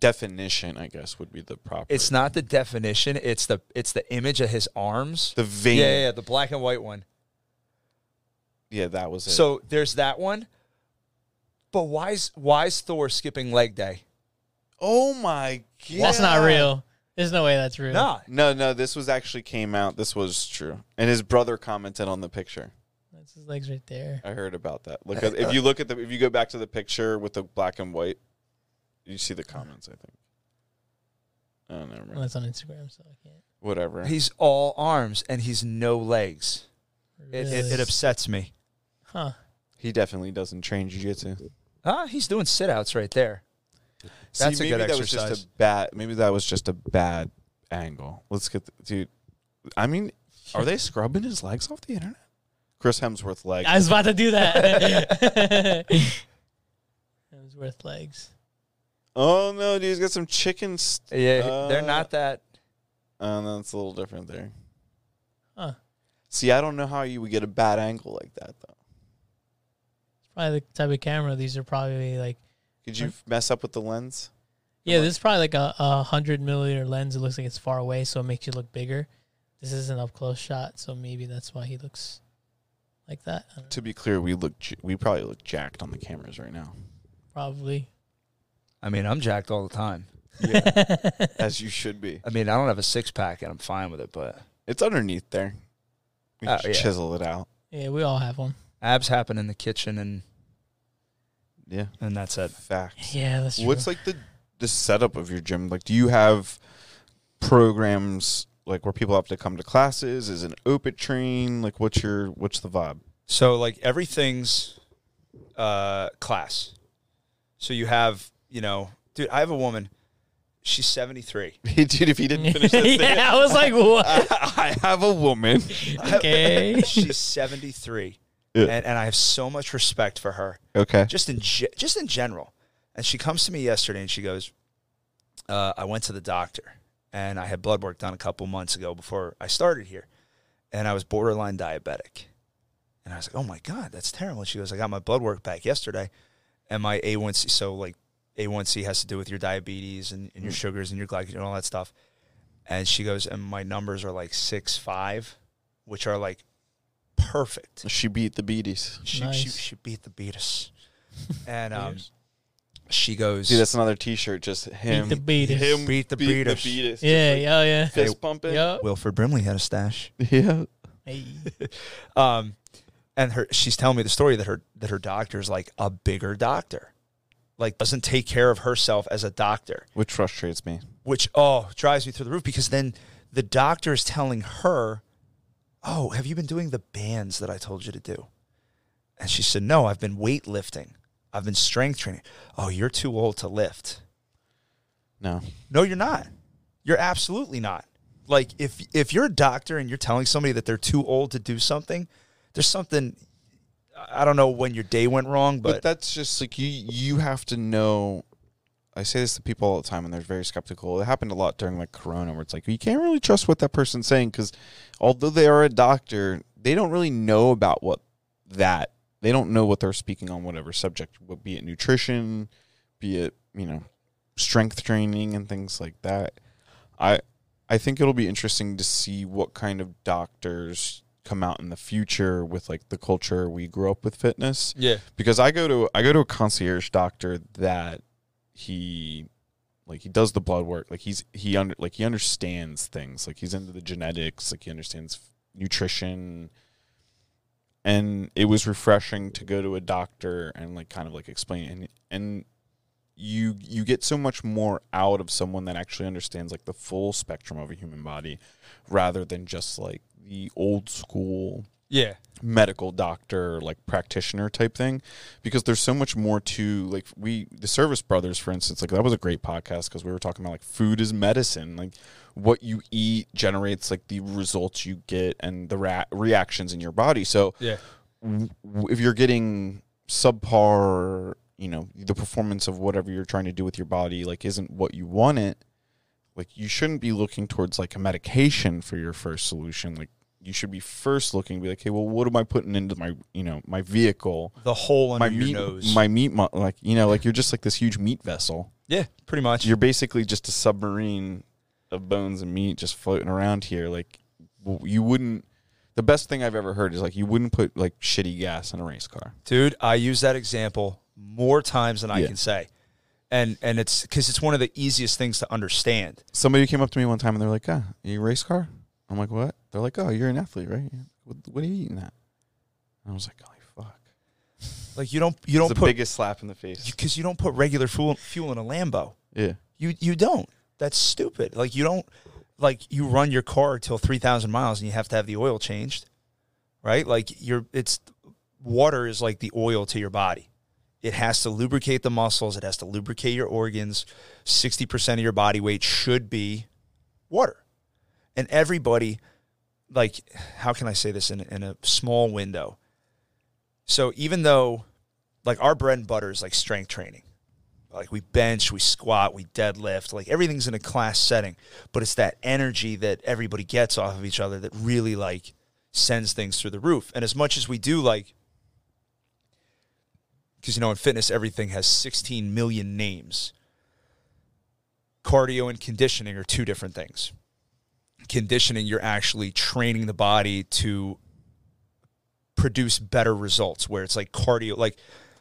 definition. I guess would be the proper.
it's not the definition. It's the it's the image of his arms.
the vein.
yeah, yeah, yeah, the black and white one.
Yeah, that was it.
So there's that one. But why's why's Thor skipping leg day?
oh my god,
That's not real. There's no way that's real.
Nah,
No, no, this was actually came out. This was true, and his brother commented on the picture.
that's his legs right there.
I heard about that. Look, at- if you look at the, if you go back to the picture with the black and white, you see the comments. I think. Oh, never
Well,
mind.
that's on Instagram, so I can't.
Whatever.
he's all arms and he's no legs. It,
really-
it, it upsets me.
Huh.
He definitely doesn't train jujitsu.
Ah, he's doing sit outs right there. That's a
maybe
good
that was
exercise.
just a bad. Maybe that was just a bad angle. Let's get the, dude. I mean, are they scrubbing his legs off the internet? Chris Hemsworth leg.
I was about to do that. Hemsworth legs.
oh no, dude, he's got some chicken. St-
Yeah,
Uh,
they're not that.
oh, no, that's a little different there.
Huh.
See, I don't know how you would get a bad angle like that though.
It's probably the type of camera these are probably like.
Could you mess up with the lens?
Yeah, this is probably like a, a hundred milliliter lens. It looks like it's far away, so it makes you look bigger. This is an up close shot, so maybe that's why he looks like that. I don't know,
To be clear, we look j- we probably look jacked on the cameras right now.
probably.
I mean, I'm jacked all the time.
As you should be.
I mean, I don't have a six pack and I'm fine with it, but
It's underneath there. We
Oh,
should
yeah.
chisel it out.
yeah, we all have one.
abs happen in the kitchen and
Yeah.
and that's it.
Facts.
Yeah, that's true.
What's like the the setup of your gym? Like do you have programs like where people have to come to classes? Is it an open train? Like what's your what's the vibe?
So like everything's uh class. So you have, you know, dude, I have a woman. She's 73.
Dude, if he didn't finish this thing.
yeah, I was like, what?
I have a woman.
okay.
She's 73.
Yeah.
And, and I have so much respect for her.
Okay.
just in ge- just in general. And she comes to me yesterday and she goes, uh, "I went to the doctor and I had blood work done a couple months ago before I started here, and I was borderline diabetic." And I was like, "Oh my god, that's terrible." And she goes, "I got my blood work back yesterday, and my A1C so like A1C has to do with your diabetes and, and your sugars and your glycogen and all that stuff." And she goes, "And my numbers are like six five, which are like perfect."
She beat the beaties.
She, she
Nice.
she beat the beatus, and um, she goes
See, that's another T-shirt. Just him.
Beat the beaters.
Him
Beat the
beat
beaters.
The beatus.
yeah, yeah, yeah.
Fist bumping.
Yup.
Wilfred Brimley had a stash.
Yeah.
Hey.
Um, and her she's telling me the story that her that her doctor is like a bigger doctor, like doesn't take care of herself as a doctor,
Which frustrates me.
which oh drives me through the roof because then the doctor is telling her, "Oh, have you been doing the bands that I told you to do?" And she said, "No, I've been weightlifting. I've been strength training." Oh, you're too old to lift.
No.
No, you're not. You're absolutely not. Like if if you're a doctor and you're telling somebody that they're too old to do something, there's something I don't know when your day went wrong,
but,
but,
that's just like you you have to know i say this to people all the time and they're very skeptical it happened a lot during like corona where it's like you can't really trust what that person's saying because although they are a doctor they don't really know about what that they don't know what they're speaking on whatever subject would be it nutrition be it you know strength training and things like that i i think it'll be interesting to see what kind of doctors come out in the future with like the culture we grew up with fitness
yeah.
because I go to I go to a concierge doctor that he like he does the blood work like he's he under like he understands things like he's into the genetics like he understands nutrition and it was refreshing to go to a doctor and like kind of like explain and and you you get so much more out of someone that actually understands like the full spectrum of a human body rather than just like the old school
Yeah.
medical doctor like practitioner type thing because there's so much more to like we the service brothers for instance like that was a great podcast because we were talking about like food is medicine like what you eat generates like the results you get and the ra- reactions in your body so
Yeah.
w- w- if you're getting subpar, you know, the performance of whatever you're trying to do with your body like isn't what you want it, like you shouldn't be looking towards like a medication for your first solution. Like you should be first looking be like, "Hey, well what am I putting into my, you know, my vehicle?"
The hole under
My
your
meat,
nose.
my meat, mu- like you know, like you're just like this huge meat vessel.
yeah, pretty much.
You're basically just a submarine of bones and meat just floating around here. Like w- you wouldn't. The best thing I've ever heard is like you wouldn't put like shitty gas in a race car.
Dude, I use that example more times than I
Yeah.
can say. And and it's cuz it's one of the easiest things to understand.
Somebody came up to me one time and they're like, "Ah, you race car?" I'm like, "What?" They're like, "Oh, you're an athlete, right? What, what are you eating that?" And I was like, "Holy fuck!"
Like you don't you don't
it's the
put
biggest slap in the face.
cuz you don't put regular fuel fuel in a Lambo.
yeah,
You you don't. That's stupid. Like you don't like you run your car till 3000 miles and you have to have the oil changed. Right? Like you're it's water is like the oil to your body. It has to lubricate the muscles, it has to lubricate your organs. 60% of your body weight should be water. And everybody, like, how can I say this in, in a small window? So even though, like, our bread and butter is like strength training, like we bench, we squat, we deadlift, like everything's in a class setting, but it's that energy that everybody gets off of each other that really like sends things through the roof. And as much as we do like because you know in fitness everything has 16 million names. Cardio and conditioning are two different things. Conditioning you're actually training the body to produce better results where it's like cardio like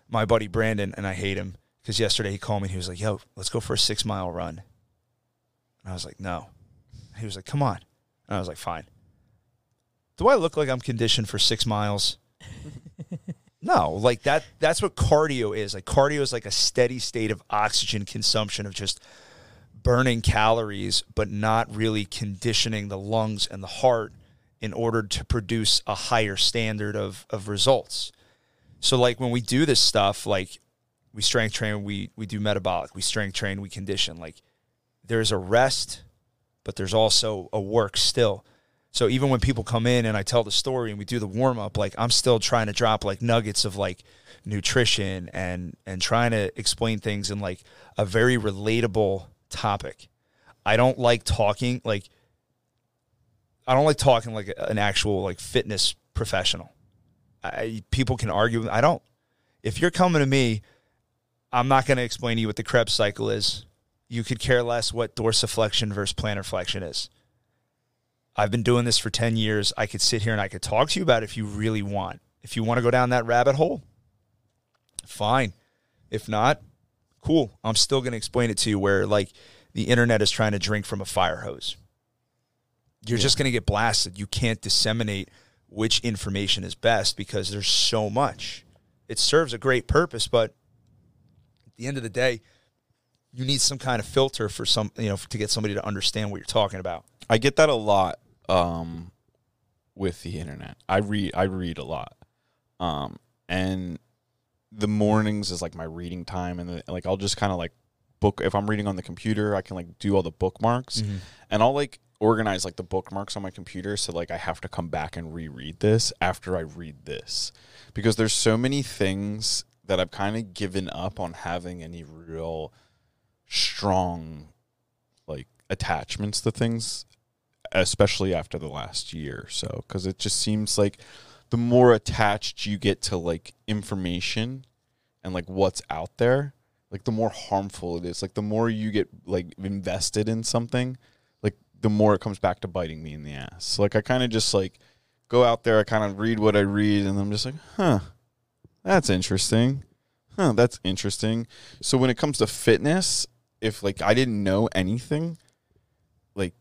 my buddy Brandon and I hate him because yesterday he called me and he was like, "Yo, let's go for a six mile run." And I was like, "No." He was like, "Come on," and I was like, "Fine." Do I look like I'm conditioned for six miles? no, like that. That's what cardio is. Like cardio is like a steady state of oxygen consumption of just burning calories, but not really conditioning the lungs and the heart in order to produce a higher standard of of results. So like when we do this stuff, like we strength train, we we do metabolic, we strength train, we condition. Like there's a rest, but there's also a work still. So even when people come in and I tell the story and we do the warm up, like I'm still trying to drop like nuggets of like nutrition and and trying to explain things in like a very relatable topic. I don't like talking like I don't like talking like an actual like fitness professional. I, people can argue. I don't. If you're coming to me I'm not going to explain to you what the Krebs cycle is. You could care less what dorsiflexion versus plantar flexion is. I've been doing this for 10 years. I could sit here and I could talk to you about it if you really want. If you want to go down that rabbit hole, fine. If not, cool. I'm still going to explain it to you where like the internet is trying to drink from a fire hose. You're just going to get blasted. You can't disseminate which information is best because there's so much. It serves a great purpose, but at the end of the day, you need some kind of filter for some, you know, to get somebody to understand what you're talking about.
I get that a lot um, with the internet. I read I read a lot, um, and the mornings is like my reading time, and the, like I'll just kind of like book if I'm reading on the computer, I can like do all the bookmarks,
Mm-hmm.
and I'll like organize like the bookmarks on my computer so like I have to come back and reread this after I read this because there's so many things that I've kind of given up on having any real strong like attachments to things, especially after the last year or so, because it just seems like the more attached you get to like information and like what's out there, like the more harmful it is. Like the more you get like invested in something, like the more it comes back to biting me in the ass. So, like I kind of just like go out there, I kind of read what I read, and I'm just like, huh, that's interesting. Huh, that's interesting. So when it comes to fitness, if like I didn't know anything, like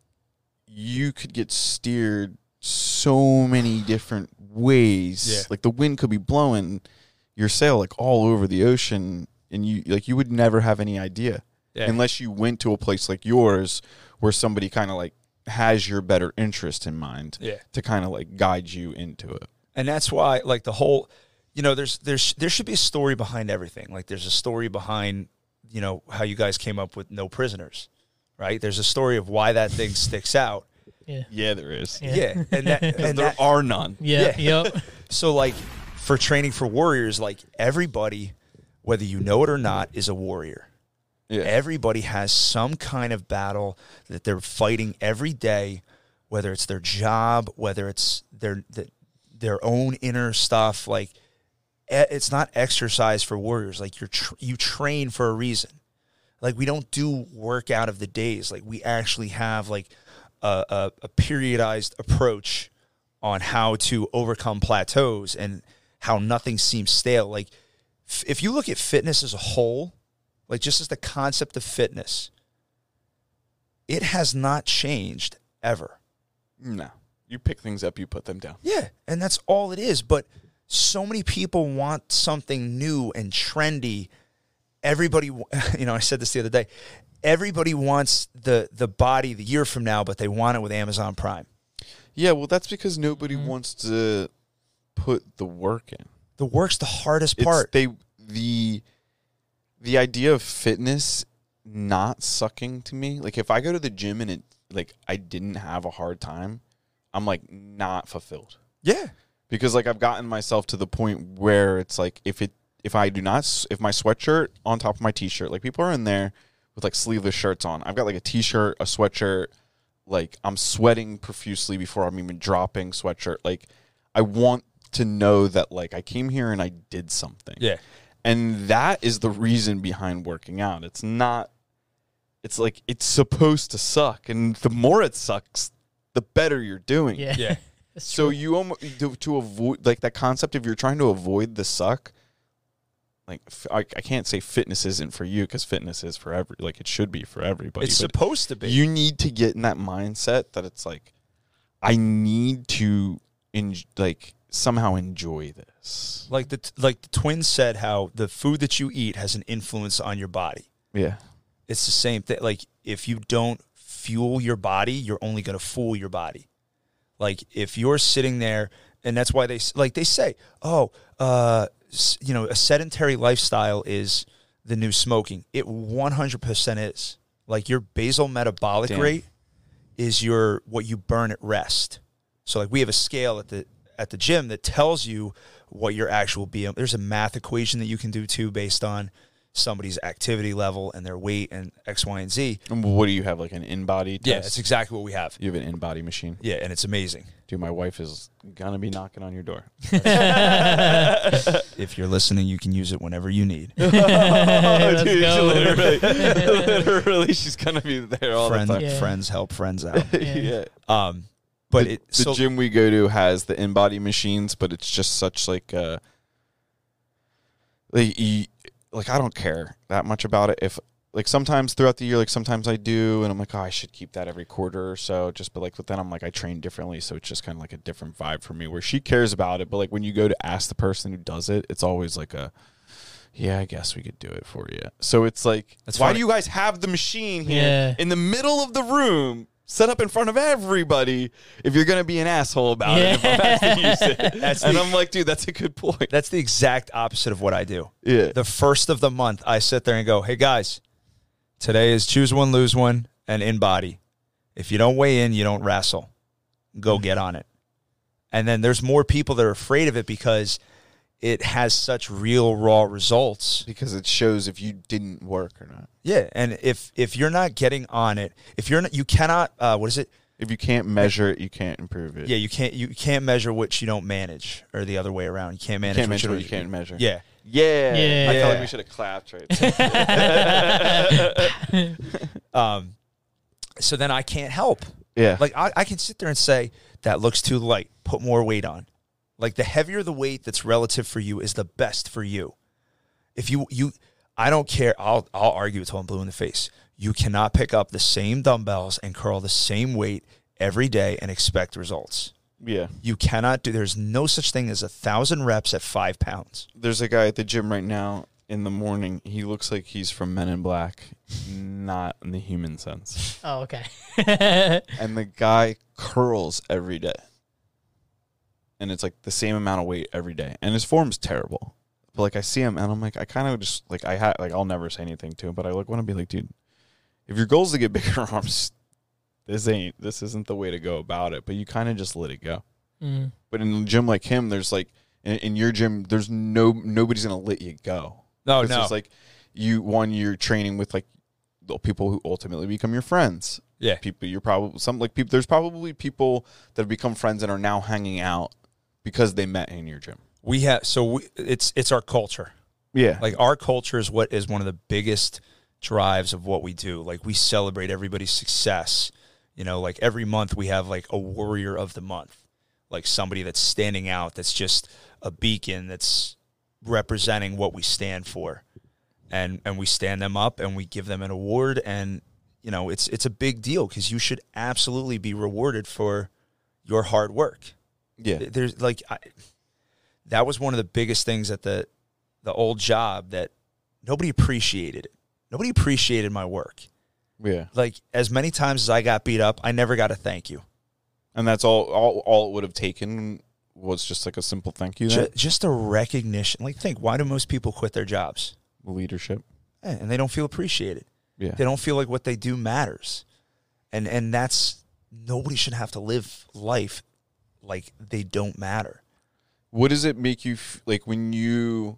you could get steered so many different ways.
Yeah.
Like the wind could be blowing your sail like all over the ocean and you like you would never have any idea
Yeah.
unless you went to a place like yours where somebody kind of like has your better interest in mind
Yeah.
to kind of like guide you into it.
and that's why like the whole you know there's there's there should be a story behind everything like there's a story behind you know how you guys came up with no prisoners right there's a story of why that thing sticks out
Yeah, there is.
Yeah.
yeah and that and
there
that,
are none.
Yeah. Yep.
so like for training for warriors like everybody whether you know it or not is a warrior
Yeah.
Everybody has some kind of battle that they're fighting every day, whether it's their job, whether it's their th- their own inner stuff. Like e- it's not exercise for warriors. Like you're tr- you train for a reason. Like we don't do work out of the days. Like we actually have like a, a, a periodized approach on how to overcome plateaus and how nothing seems stale. Like f- if you look at fitness as a whole like just as the concept of fitness, it has not changed ever.
No. You pick things up, you put them down.
Yeah. And that's all it is. But so many people want something new and trendy. Everybody, w- you know, I said this the other day. Everybody wants the the body the year from now, but they want it with Amazon Prime. Mm-hmm.
Yeah, well that's because nobody wants to put the work in.
The work's the hardest
It's
part.
they the the idea of fitness not sucking to me. Like if I go to the gym and it like I didn't have a hard time, I'm like not fulfilled.
yeah.
because like I've gotten myself to the point where it's like if it if I do not s- if my sweatshirt on top of my t-shirt like people are in there with like sleeveless shirts on I've got like a t-shirt a sweatshirt like I'm sweating profusely before I'm even dropping sweatshirt like I want to know that like I came here and I did something
Yeah.
and that is the reason behind working out it's not it's like it's supposed to suck and the more it sucks the better you're doing
Yeah.
Yeah.
That's
so
true.
you almost to, to avoid like that concept of you're trying to avoid the suck. Like f- I, I can't say fitness isn't for you because fitness is for every like it should be for everybody.
It's
but
supposed to be.
you need to get in that mindset that it's like I need to en- like somehow enjoy this.
like the t- like the twins said how the food that you eat has an influence on your body.
Yeah,
It's the same thing. Like if you don't fuel your body, you're only going to fool your body. Like if you're sitting there, and that's why they s- like they say, oh, uh, s- you know, a sedentary lifestyle is the new smoking. It 100% is. Like your basal metabolic
Damn.
rate is your what you burn at rest. So like we have a scale at the at the gym that tells you what your actual BM. There's a math equation that you can do too based on somebody's activity level and their weight and X, Y, and Z.
and what do you have like an in body?
Yeah, that's exactly what we have.
you have an in body machine.
Yeah, and it's amazing.
Dude, my wife is gonna be knocking on your door.
If you're listening, you can use it whenever you need.
Let's
Dude,
go.
literally, literally, she's gonna be there all
Friend,
the time.
Yeah.
Friends help friends out.
Yeah.
Um, but
the,
it
the
so
gym we go to has the in-body machines, but it's just such like uh like, you- like I don't care that much about it. If like sometimes throughout the year, like sometimes I do, and I'm like, oh, I should keep that every quarter or so. Just but like, but then I'm like, I train differently, so it's just kind of like a different vibe for me. Where she cares about it, but like when you go to ask the person who does it, it's always like a. Yeah, I guess we could do it for you. So it's like,
That's
why
funny.
do you guys have the machine here
Yeah.
in the middle of the room, set up in front of everybody if you're going to be an asshole about it. If I'm asked to use it.
That's
and
the-
I'm like, dude, that's a good point.
that's the exact opposite of what I do.
Yeah.
The first of the month, I sit there and go, "Hey guys, today is choose one, lose one, and in body. If you don't weigh in, you don't wrestle.
Mm-hmm.
Go get on it." And then there's more people that are afraid of it because it has such real raw results.
Because it shows if you didn't work or not.
Yeah, and if if you're not getting on it, if you're not, you cannot. Uh, what is it?
If you can't measure it, you can't improve it.
Yeah, you can't. You can't measure what you don't manage, or the other way around. You can't
you
manage.
can't
what
measure
you
what you can't measure.
Yeah,
Yeah.
Yeah.
I felt
Yeah.
like we should have clapped right there.
Um, so then I can't help.
yeah.
Like I, I can sit there and say that looks too light. Put more weight on. Like the heavier the weight that's relative for you is the best for you. If you you, I don't care. I'll I'll argue until I'm blue in the face. You cannot pick up the same dumbbells and curl the same weight every day and expect results.
yeah.
You cannot do. There's no such thing as a thousand reps at five pounds.
There's a guy at the gym right now in the morning. He looks like he's from Men in Black, not in the human sense.
oh, okay.
And the guy curls every day. and it's like the same amount of weight every day, and his form's terrible. But like I see him, and I'm like, I kind of just like I ha- like I'll never say anything to him, but I like want to be like, dude, if your goal is to get bigger arms, this ain't this isn't the way to go about it. But you kind of just let it go.
Mm.
But in a gym like him, there's like in, in your gym, there's no nobody's gonna let you go.
Oh, No,
It's just like you one you're training with like the people who ultimately become your friends.
Yeah.
People you're probably some like people there's probably people that have become friends and are now hanging out because they met in your gym.
we have. So we, it's it's our culture.
Yeah.
Like our culture is what is one of the biggest drives of what we do. Like we celebrate everybody's success. You know, like every month we have like a warrior of the month, like somebody that's standing out, that's just a beacon, that's representing what we stand for, and and we stand them up and we give them an award, and you know it's it's a big deal because you should absolutely be rewarded for your hard work
yeah.
there's like I, that was one of the biggest things at the the old job that nobody appreciated it. Nobody appreciated my work.
Yeah.
Like as many times as I got beat up, I never got a thank you.
And that's all all, all it would have taken was just like a simple thank you.
Ju-
That
just a recognition. Like, think why do most people quit their jobs?
leadership.
Eh, and they don't feel appreciated.
Yeah.
They don't feel like what they do matters. And and that's nobody should have to live life like they don't matter.
what does it make you f- like when you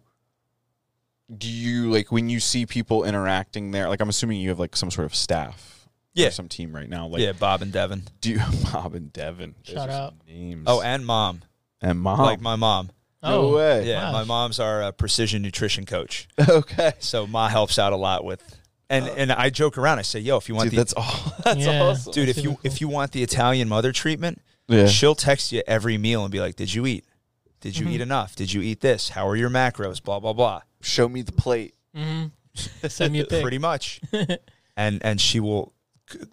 do you like when you see people interacting there like i'm assuming you have like some sort of staff
Yeah.
or some team right now like
Bob and Devin.
do you bob and devin Those
Shout
are some
out.
names
Oh, and mom.
and mom
Like my mom.
no
Oh.
way
Yeah, my
Wow.
mom's our uh, precision nutrition coach.
okay
So Ma helps out a lot with and and I joke around. I say, "Yo, if you want
Uh, dude
the
that's all that's
Yeah.
awesome
dude, if
Super
you
cool.
if you want the Italian mother treatment,
yeah
she'll text you every meal and be like, "Did you eat? Did you
Mm-hmm.
eat enough? Did you eat this? How are your macros? Blah blah blah."
show me the plate
Mhm. Send me a pic.
Pretty much. and and she will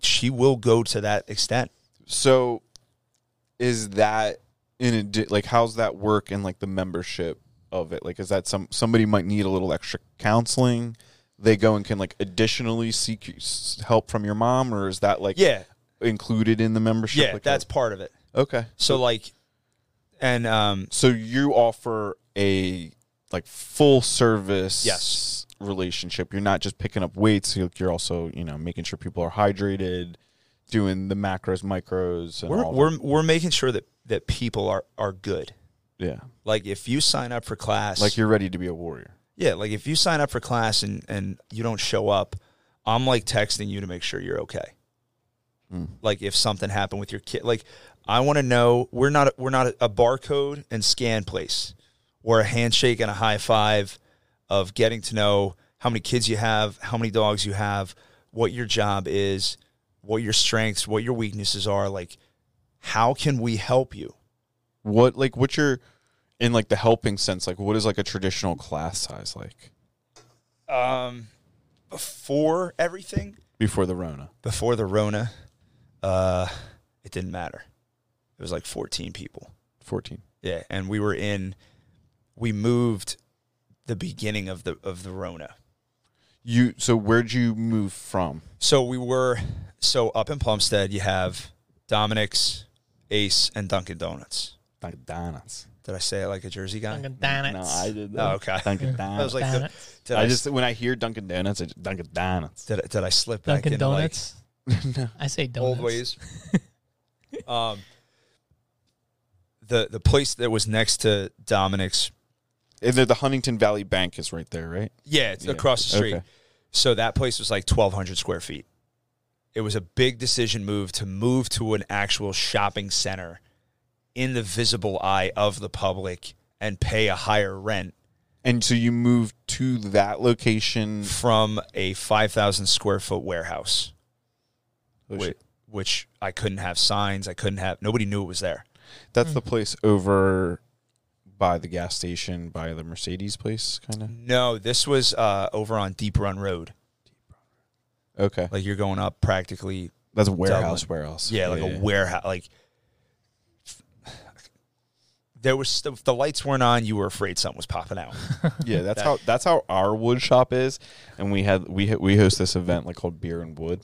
she will go to that extent.
so is that in a di- like how's that work in like the membership of it like is that some somebody might need a little extra counseling they go and can like additionally seek you- s- help from your mom or is that like
Yeah,
included in the membership
yeah,
like
that's part of it.
that? okay
So like, and um,
so you offer a like full service
Yes.
relationship you're not just picking up weights you're you're also you know making sure people are hydrated doing the macros micros and
we're
all
we're we're making sure that that people are are good.
that. yeah
Like if you sign up for class,
like you're ready to be a warrior
yeah, like if you sign up for class and and you don't show up, I'm like texting you to make sure you're okay. Like if something happened with your kid, like I want to know. We're not we're not a barcode and scan place. We're a handshake and a high five of getting to know how many kids you have, how many dogs you have, what your job is, what your strengths, what your weaknesses are. Like, how can we help you?
what like what's your in like the helping sense like what is like a traditional class size like
Um, before everything,
before the rona
before the Rona, uh, it didn't matter. It was like 14 people.
14
Yeah, and we were in. We moved the beginning of the of the Rona,
you so where'd you move from
so we were so up in Plumstead. You have Dominic's, Ace, and Dunkin' Donuts.
Dunkin' Donuts.
Did I say it like a Jersey guy?
Dunkin' Donuts.
did
Oh, okay.
Dunkin' Donuts.
I was like, the,
Donuts.
did
I just when I hear Dunkin' Donuts, I just Dunkin' Donuts.
did, I- did I slip back
Dunkin'
into, like,
Donuts. I say donuts.
old ways. um, the the place that was next to Dominic's
And the, the Huntington Valley Bank is right there, right?
Yeah, it's
Yeah.
across the street.
Okay.
So that place was like 1,200 square feet. It was a big decision move to move to an actual shopping center in the visible eye of the public and pay a higher rent
And so you moved to that location.
from a 5,000 square foot warehouse, which,
Wait,
which I couldn't have signs. I couldn't have, nobody knew it was there.
that's the place over by the gas station, by the Mercedes place, kind of.
No, this was uh, over on Deep Run Road.
Okay,
Like you're going up practically
that's a warehouse.
Dublin.
Warehouse.
Yeah, like a warehouse. Like there was st- if the lights weren't on. You were afraid something was popping out.
yeah. That's how that's how our wood shop is. And we had we ha- we host this event like called Beer and Wood,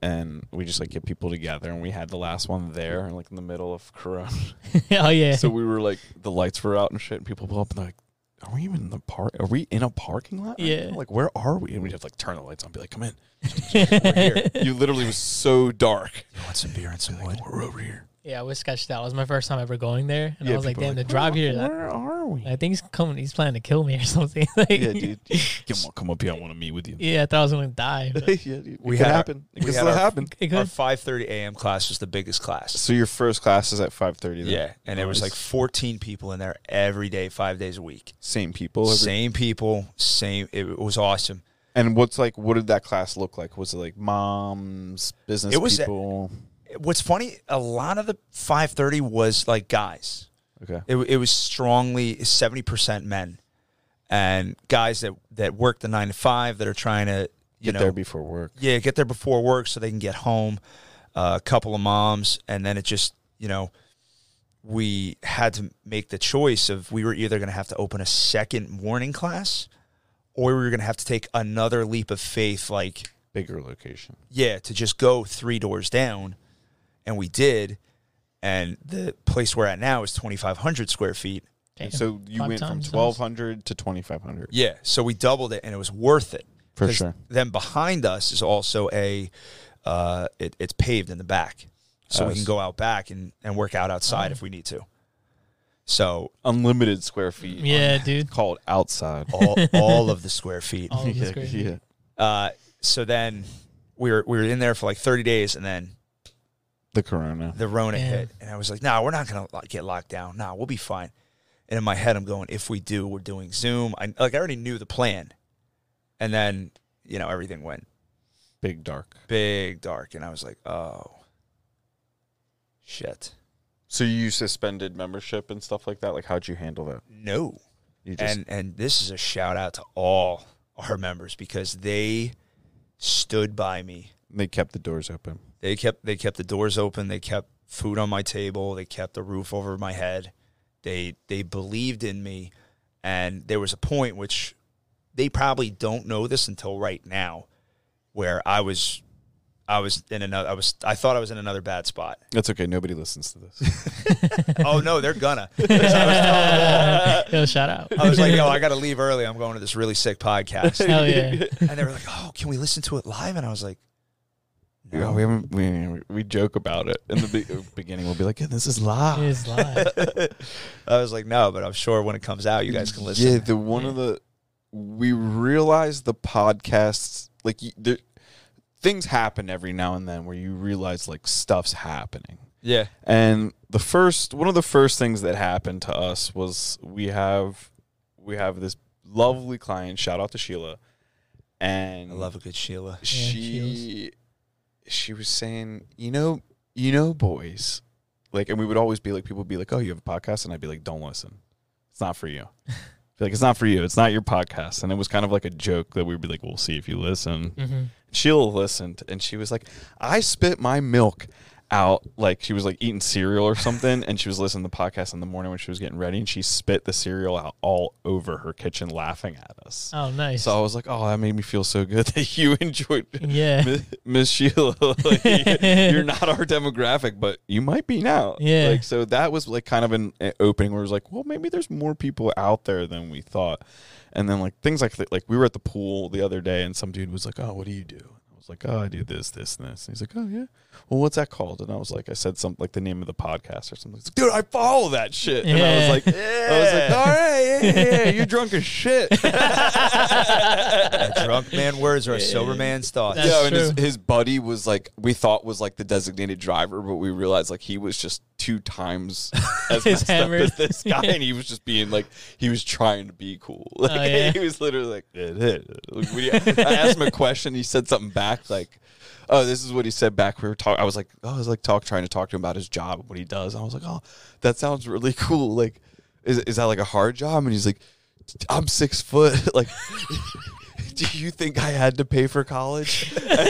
and we just like get people together. And we had the last one there, like in the middle of Corona.
oh yeah.
so we were like the lights were out and shit and people pull up and they're like are we even in the park are we in a parking lot right
Yeah.
now? like where are we and we'd have to like turn the lights on and be like come in
we're here.
you literally was so dark
You want some beer and some wood?
we're over here
yeah, I was sketched out. It was my first time ever going there, and
Yeah,
I was like,
people are
damn,
like,
the drive here. that-
where are we
I think he's coming. He's planning to kill me or something. like,
yeah dude come on come up here i want to meet with you
yeah, I thought I was gonna die. but
yeah, dude.
We
it could
had our-
happen it
we
could
had
still
our-
happen
It
Our
could.
5:30 a.m. class was the biggest class.
so your first class is at 5.30
Yeah, and it was like 14 people in there every day, five days a week.
same people every-
Same people, same. It was awesome.
and what's like what did that class look like was it like moms business
It was- uh,
people
What's funny, a lot of the 5:30 was like guys.
okay
It, it was strongly 70% men and guys that, that work the nine to five that are trying to, you
get
know,
there before work
yeah, get there before work so they can get home. Uh, a couple of moms. And then it just, you know, we had to make the choice of we were either going to have to open a second morning class or we were going to have to take another leap of faith, like,
bigger location
yeah, to just go three doors down. And we did. and the place we're at now is 2,500 square feet.
Damn.
So you
Five
went from
times the size.
1200 to 2500.
Yeah, so we doubled it, and it was worth it
For
'Cause
sure.
Then behind us is also a, uh, it, it's paved in the back, so
Oh,
we can
s-
go out back and and work out outside if we need to. So
Unlimited square feet.
yeah, dude.
Called outside.
all all of the square feet.
All of this crazy.
yeah.
Uh, so then we were we were in there for like 30 days, and then
The corona.
the Rona
Yeah.
hit, and I was like, "Nah, we're not gonna lo- get locked down. Nah, we'll be fine." And in my head, I'm going, "If we do, we're doing Zoom." I like I already knew the plan, and then you know everything went
Big dark.
big dark, and I was like, "Oh, shit,
So you suspended membership and stuff like that? Like how'd you handle that?
no."
You just
And and this is a shout out to all our members because they stood by me.
they kept the doors open.
They kept they kept the doors open. They kept food on my table. They kept the roof over my head. They they believed in me, and there was a point which they probably don't know this until right now, where I was, I was in another. I was I thought I was in another bad spot.
That's okay. Nobody listens to this.
oh no, they're gonna. 'Cause I was telling them all.
Yo, shout out.
I was like, yo, I got to leave early. I'm going to this really sick podcast.
Hell yeah.
And they were like, oh, can we listen to it live? And I was like,
Yeah, we haven't. We, we joke about it in the be- uh, beginning. We'll be like, yeah, "This is live."
It is live.
I was like, no, but I'm sure when it comes out, you guys can listen.
Yeah, the one of the we realize the podcasts like you, there, things happen every now and then where you realize like stuff's happening.
yeah.
And the first one of the first things that happened to us was we have we have this lovely client. Shout out to Sheila, and
I love a good Sheila.
she she was saying, you know, you know, boys, like, and we would always be like, people would be like, oh, you have a podcast, and I'd be like, don't listen, it's not for you. Be like, it's not for you, it's not your podcast, and it was kind of like a joke that we would be like, we'll see if you listen.
Mm-hmm.
Sheila listened, and she was like, I spit my milk out like she was like eating cereal or something and she was listening to the podcast in the morning when she was getting ready and she spit the cereal out all over her kitchen laughing at us
Oh, nice.
so I was like, oh, that made me feel so good that you enjoyed
yeah.
Mi- Miss Sheila. Like, you're not our demographic, but you might be now.
Yeah.
Like so that was like kind of an, an opening where it was like, well, maybe there's more people out there than we thought. And then like things like that, like we were at the pool the other day and some dude was like, oh, what do you do? I was like, oh, I do this, this, and this. And he's like, oh yeah. Well, what's that called? And I was like, I said something like the name of the podcast or something. He's like, Dude, I follow that shit. And I
Yeah.
was like, I was like, all right, yeah, yeah, yeah, you're drunk as shit.
A drunk man words are a sober man's thoughts.
That's-
yeah, and his,
true.
his buddy was like we thought was like the designated driver, but we realized like he was just two times as
His
messed
hammer.
up as this guy, and he was just being like he was trying to be cool. Like
Oh, yeah.
he was literally like, "Eh, eh." Like, when he- I asked him a question, he said something back like, "Oh, this is what he said back." We were talking. I was like, "Oh, I was like talk trying to talk to him about his job, what he does." And I was like, "Oh, that sounds really cool." Like, is is that like a hard job? And he's like, "I'm six foot." Like. do you think I had to pay for college? And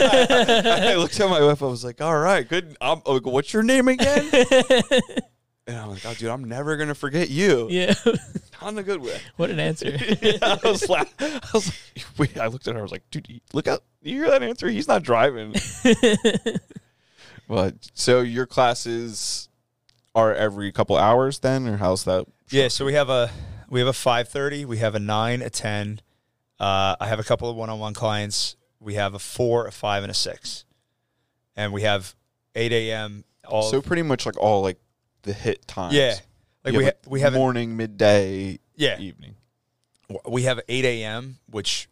I, I looked at my wife. I was like, all right, good. I'm, I'm like, what's your name again? and I'm like, oh, dude, I'm never going to forget you.
Yeah.
On the good way.
what an answer.
I was like, I was like, wait, I looked at her. I was like, dude, look out. You hear that answer? He's not driving. but so your classes are every couple hours then, or how's that?
Yeah, so we have a we have a five thirty, we have a nine, a ten. Uh, I have a couple of one on one clients. We have a four, a five, and a six, and we have eight a.m. All
So pretty much like all like the hit times.
yeah, like
You
we ha-
like,
we have an-
morning, midday,
yeah
evening.
we have 8 a.m., which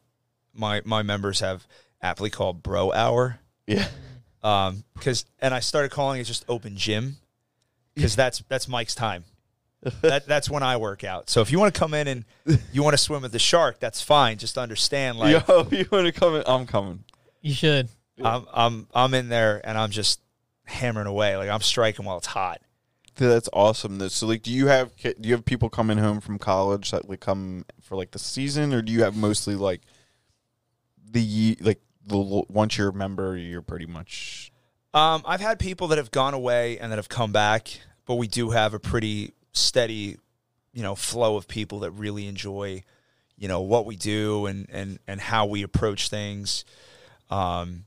my my members have aptly called bro hour.
Yeah.
Um, cause, and I started calling it just open gym because that's, that's Mike's time. that, that's when I work out. So if you want to come in and you want to swim with the shark, that's fine. Just understand, like
Yo, you want to come in? I'm coming.
You should.
I'm, I'm, I'm in there and I'm just hammering away. Like I'm striking while it's hot.
Dude, That's awesome. That- So, like, do you have ki- do you have people coming home from college that like come for like the season, or do you have mostly like the ye- like the l- once you're a member, you're pretty much
Um, I've had people that have gone away and that have come back, but we do have a pretty steady, you know, flow of people that really enjoy, you know, what we do and and and how we approach things. Um,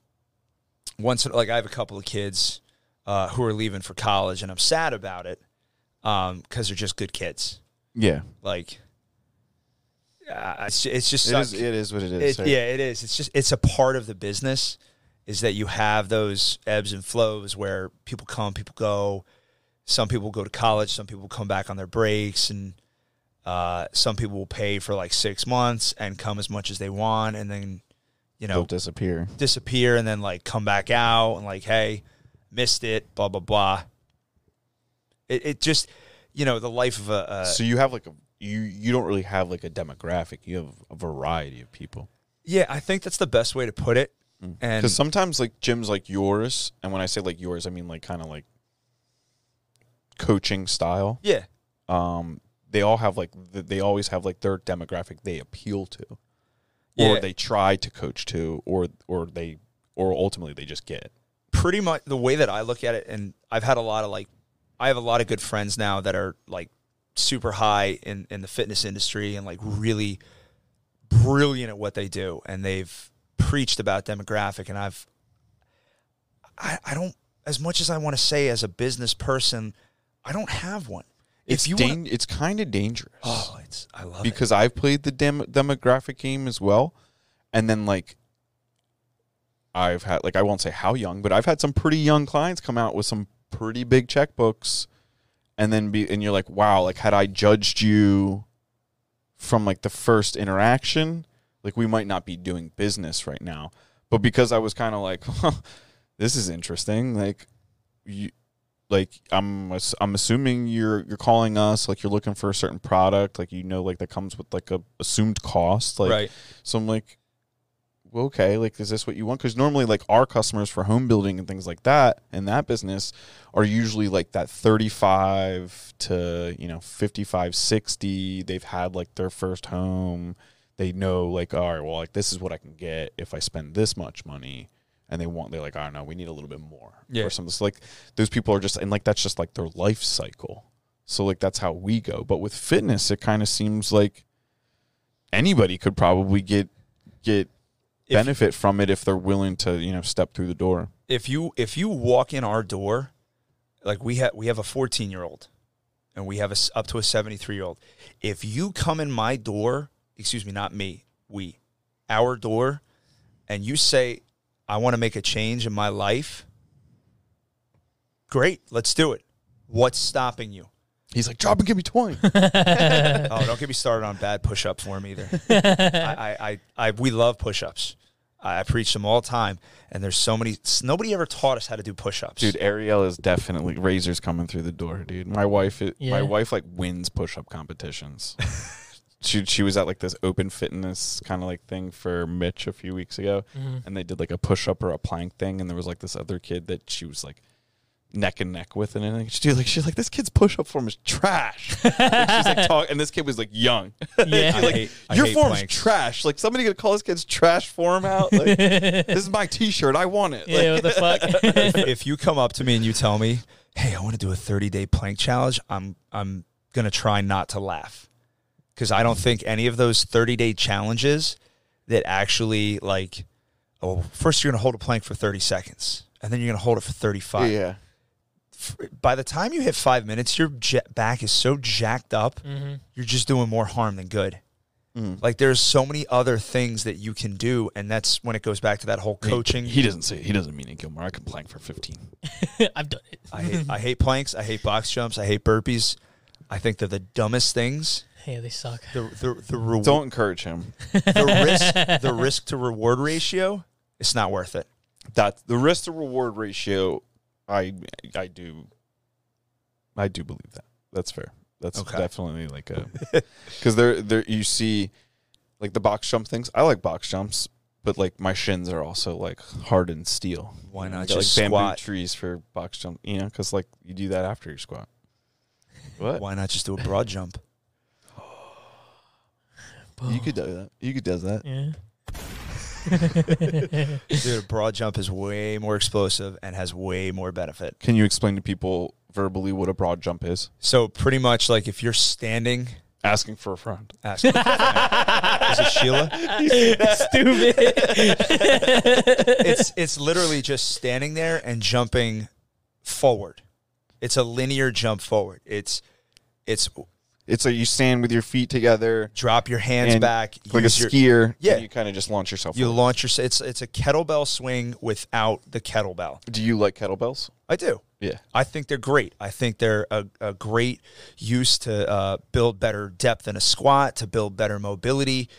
once like I have a couple of kids, uh, who are leaving for college, and I'm sad about it because they're just good kids.
Yeah.
Like, uh, it's, it's just
It
suck-
is, it is what it is.
it,
sir.
yeah, it is. It's just it's a part of the business is that you have those ebbs and flows where people come, people go. Some people go to college, some people come back on their breaks, and uh, some people will pay for like six months and come as much as they want, and then you know
They'll disappear.
disappear and then like come back out and like hey missed it blah blah blah. It it just you know the life of a, a
so you have like a you you don't really have like a demographic. You have a variety of people.
yeah I think that's the best way to put it. And
Because sometimes like gyms like yours, and when I say like yours, I mean like kind of like coaching style.
yeah,
Um, they all have like th- they always have like their demographic they appeal to,
Yeah.
or they try to coach to, or or they or ultimately they just get.
pretty much the way that I look at it, and I've had a lot of like, I have a lot of good friends now that are like super high in in the fitness industry and like really brilliant at what they do, and they've preached about demographic, and I've, I, I don't as much as I want to say as a business person, I don't have one.
It's
if you
dan-
want,
it's kind of dangerous.
oh, it's I love it.
because I've played the dem- demographic game as well, and then like I've had like I won't say how young, but I've had some pretty young clients come out with some pretty big checkbooks, and then be and you're like, wow, like had I judged you from like the first interaction, like we might not be doing business right now, but because I was kind of like, this is interesting, like you like I'm ass- I'm assuming you're you're calling us like you're looking for a certain product like you know like that comes with like a assumed cost like
right,
so I'm like well, okay like is this what you want because normally like our customers for home building and things like that and that business are usually like that 35 to you know 55 60 they've had like their first home they know like all right well like this is what I can get if I spend this much money and they want they're like I don't know we need a little bit more
Yeah.
or something so like those people are just and like that's just like their life cycle so like that's how we go but with fitness it kind of seems like anybody could probably get get
If-
benefit from it if they're willing to you know step through the door
if you if you walk in our door, like we have we have a 14 year old, and we have a s up to a 73 year old. If you come in my door, excuse me, not me, we, our door, and you say, "I want to make a change in my life," great, let's do it. What's stopping you?
he's like drop and give me 20
oh, don't get me started on bad push up form either. I, I, I, I, we love push ups. I I preach them all the time, and there's so many. s- Nobody ever taught us how to do push ups.
dude ariel is definitely razors coming through the door dude my wife i-
Yeah.
my wife like wins push-up competitions she, she was at like this open fitness kind of like thing for mitch a few weeks ago and they did like a push-up or a plank thing and there was like this other kid that she was like neck and neck with and everything. She like she's like this kid's push-up form is trash Like, she's like talk and this kid was like young
yeah.
She's like,
hate- I
your
hate
form's
planks."
trash. Like somebody gonna call this kid's trash form out. Like, this is my T-shirt. I want it. Like,
yeah, what the fuck?
if you come up to me and you tell me, "Hey, I want to do a 30-day plank challenge," I'm I'm gonna try not to laugh because I don't think any of those 30-day challenges that actually like, oh, first you're gonna hold a plank for 30 seconds, and then you're gonna hold it for 35.
yeah.
F- By the time you hit five minutes, your ja back is so jacked up, you're just doing more harm than good. Like there's so many other things that you can do, and that's when it goes back to that whole coaching.
He doesn't say he doesn't mean it, Gilmore. I can plank for fifteen.
I've done it.
I hate, I hate planks. I hate box jumps. I hate burpees. I think they're the dumbest things.
Yeah, they suck.
The the the, re-
Don't encourage him.
the risk the risk to reward ratio. It's not worth it.
That the risk to reward ratio. I I do. I do believe that. That's fair. That's
Okay.
definitely like a because there there you see like the box jump things. I like box jumps, but like my shins are also like hardened steel.
Why not
Got,
just
like bamboo
squat?
trees for box jump, you know, because like you do that after your squat. What
Why not just do a broad jump?
you could do that? You could do that.
Yeah.
Dude, a broad jump is way more explosive and has way more benefit.
Can you explain to people verbally what a broad jump is?
So pretty much like if you're standing,
Asking for a friend.
ask is it Sheila?
Stupid.
it's it's literally just standing there and jumping forward. It's a linear jump forward. It's it's
It's like you stand with your feet together
drop your hands
And
back,
like a
use your,
skier.
Yeah.
and you kind of just launch yourself.
you
forward.
launch your it's it's a kettlebell swing without the kettlebell.
Do you like kettlebells?
I do.
Yeah.
I think they're great. I think they're a, a great use to uh, build better depth in a squat, to build better mobility.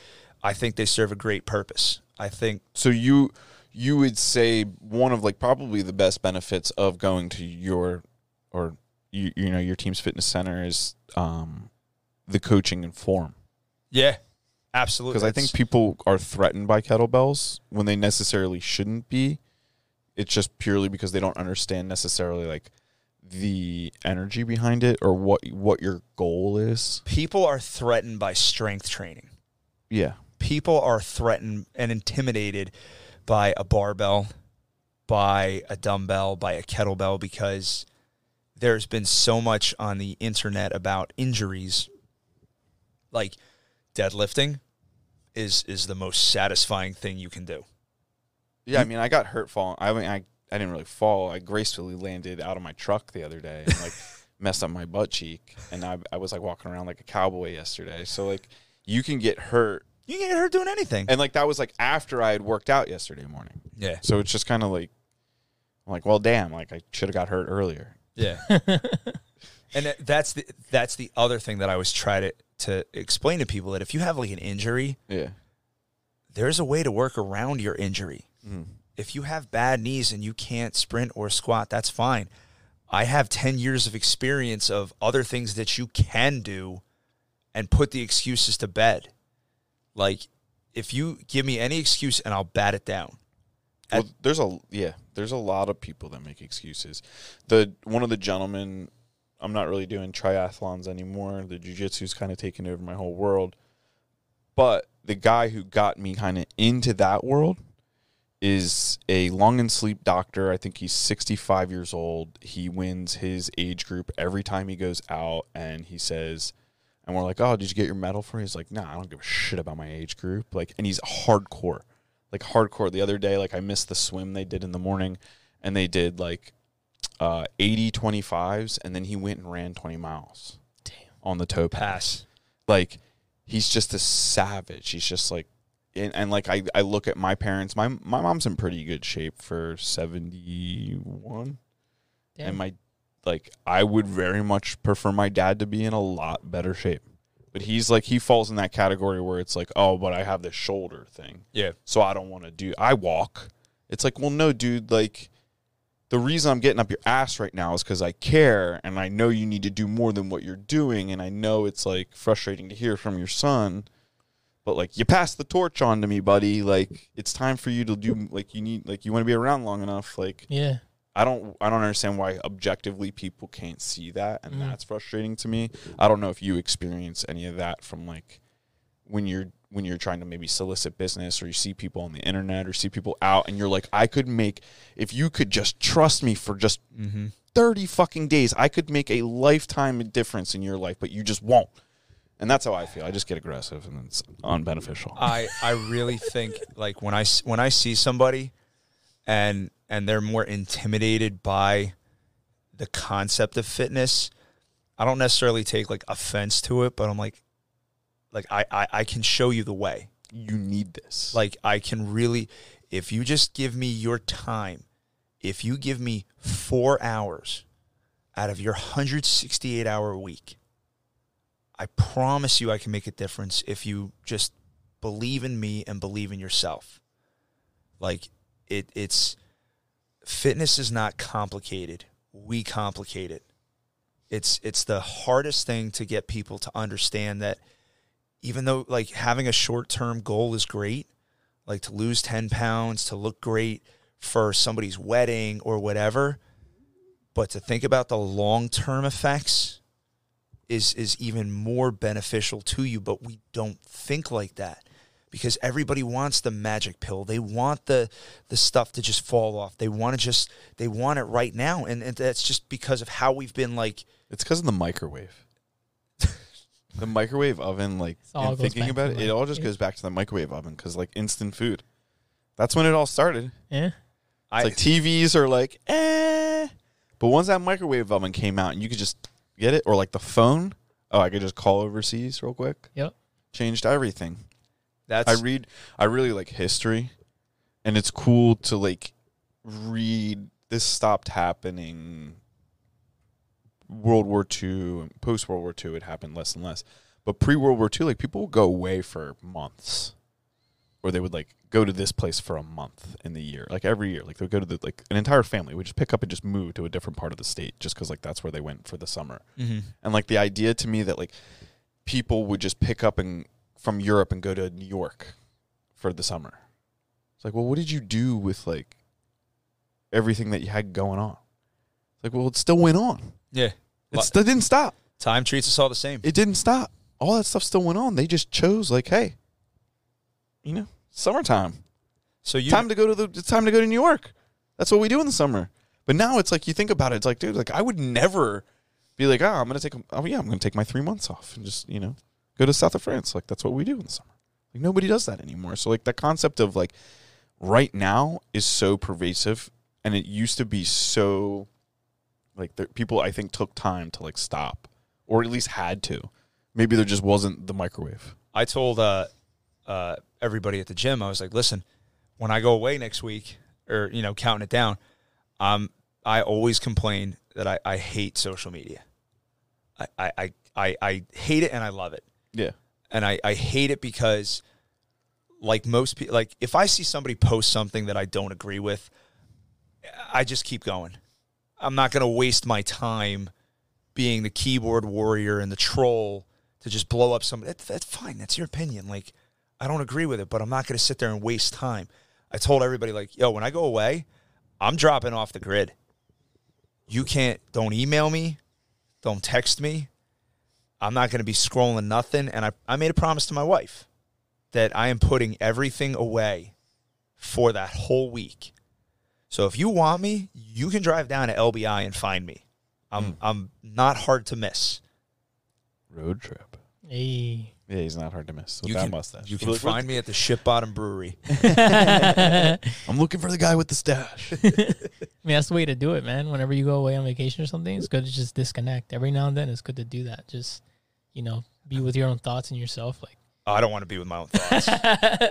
I think they serve a great purpose. I think
So you you would say one of like probably the best benefits of going to your or you, you know your team's fitness center is um the coaching and form
Yeah, absolutely.
because I think people are threatened by kettlebells when they necessarily shouldn't be. It's just purely because they don't understand necessarily like the energy behind it or what what your goal is.
people are threatened by strength training.
Yeah.
People are threatened and intimidated by a barbell, by a dumbbell, by a kettlebell because there's been so much on the internet about injuries. Like deadlifting is is the most satisfying thing you can do.
Yeah, I mean, I got hurt falling. I mean, I, I didn't really fall. I gracefully landed out of my truck the other day and like messed up my butt cheek. And I, I was like walking around like a cowboy yesterday. So like you can get hurt.
You can get hurt doing anything.
And like that was like after I had worked out yesterday morning.
Yeah.
So it's just kind of like, I'm like, well, damn, like I should have got hurt earlier.
Yeah. and that- that's the that's the other thing that I was try to to explain to people that if you have like an injury,
Yeah.
there's a way to work around your injury.
Mm-hmm.
If you have bad knees and you can't sprint or squat, that's fine. I have 10 years of experience of other things that you can do and put the excuses to bed. Like if you give me any excuse and I'll bat it down.
Well, there's a yeah, there's a lot of people that make excuses. The one of the gentlemen, I'm not really doing triathlons anymore. The jujitsu's kind of taken over my whole world. But the guy who got me kind of into that world is a lung and sleep doctor. I think he's 65 years old. He wins his age group every time he goes out, and he says. And we're like, oh, did you get your medal for? it?" He's like, nah, I don't give a shit about my age group. Like, and he's hardcore like hardcore the other day like i missed the swim they did in the morning and they did like uh 80 25s and then he went and ran 20 miles
Damn.
on the tow path
Pass.
like he's just a savage he's just like and, and like I, I look at my parents my my mom's in pretty good shape for 71
Damn.
and my like i would very much prefer my dad to be in a lot better shape but he's like he falls in that category where it's like oh but i have this shoulder thing
Yeah.
so I don't want to do. I walk. It's like, well, no, dude. Like, the reason I'm getting up your ass right now is because I care, and I know you need to do more than what you're doing, and I know it's like frustrating to hear from your son, but like you passed the torch on to me, buddy. Like, it's time for you to do. Like, you need. Like, you want to be around long enough. Like,
yeah.
I don't. I don't understand why objectively people can't see that, and
Mm.
that's frustrating to me. I don't know if you experience any of that from like when you're when you're trying to maybe solicit business or you see people on the internet or see people out and you're like I could make if you could just trust me for just
Mm-hmm.
30 fucking days I could make a lifetime difference in your life but you just won't. And that's how I feel. I just get aggressive and it's unbeneficial.
I I really think like when I s- when I see somebody and and they're more intimidated by the concept of fitness, I don't necessarily take like offense to it, but I'm like like I I, I can show you the way.
you need this.
Like I can really if you just give me your time, if you give me 4 hours out of your 168 hour week, I promise you I can make a difference if you just believe in me and believe in yourself. Like it it's fitness is not complicated. We complicate it. It's it's the hardest thing to get people to understand that even though like having a short-term goal is great, like to lose 10 pounds, to look great for somebody's wedding or whatever, but to think about the long-term effects is is even more beneficial to you, but we don't think like that because everybody wants the magic pill. They want the the stuff to just fall off. They want to just they want it right now and, and that's just because of how we've been like
It's because of the microwave. the microwave oven, like
It's all
and
goes
thinking
back
about
to
it,
the
it all just
microwave.
goes back to the microwave oven because like instant food. That's when it all started. It's
Yeah.
I,
like TVs are like, eh, But once that microwave oven came out and you could just get it, or like the phone, oh, I could just call overseas real quick.
Yep.
Changed everything.
That's
I read. I really like history, and it's cool to like read. This stopped happening. World War II and post World War II, it happened less and less. But pre World War II, like people would go away for months, or they would like go to this place for a month in the year, like every year. Like they would go to the like an entire family would just pick up and just move to a different part of the state, just because like that's where they went for the summer.
Mhm.
And like the idea to me that like people would just pick up and from Europe and go to New York for the summer. It's like, well, what did you do with like everything that you had going on? It's like, well, it still went on.
yeah.
It still didn't stop.
Time treats us all the same.
It didn't stop. All that stuff still went on. They just chose like, hey, you know, summertime.
So you
time to go to the it's time to go to New York. That's what we do in the summer. But now it's like you think about it, it's like, dude, like I would never be like, oh, I'm gonna take a- oh yeah, I'm gonna take my three months off and just, you know, go to south of France. Like that's what we do in the summer. Like nobody does that anymore. So like the concept of like right now is so pervasive and it used to be so like there, people I think took time to like stop or at least had to. Maybe there just wasn't the microwave.
I told uh, uh, everybody at the gym, I was like, listen, when I go away next week, or you know, counting it down, um, I always complain that I, I hate social media. I, I, I, I, I hate it and I love it.
Yeah.
and I, I hate it because like most people like if i see somebody post something that i don't agree with i just keep going i'm not going to waste my time being the keyboard warrior and the troll to just blow up somebody that, that's fine that's your opinion like i don't agree with it but i'm not going to sit there and waste time i told everybody like yo when i go away i'm dropping off the grid you can't don't email me don't text me I'm not going to be scrolling nothing. And I, I made a promise to my wife that I am putting everything away for that whole week. So if you want me, you can drive down to LBI and find me.
Hmm.
I'm, I'm not hard to miss.
Road trip.
Hey.
Yeah, he's not hard to miss with
You
that
can-
mustache.
You can find me at the Ship Bottom Brewery.
I'm looking for the guy with the stash.
I mean, that's the way to do it, man. Whenever you go away on vacation or something, it's good to just disconnect. Every now and then, it's good to do that. Just, you know, be with your own thoughts and yourself. Like,
I don't want to be with my own thoughts.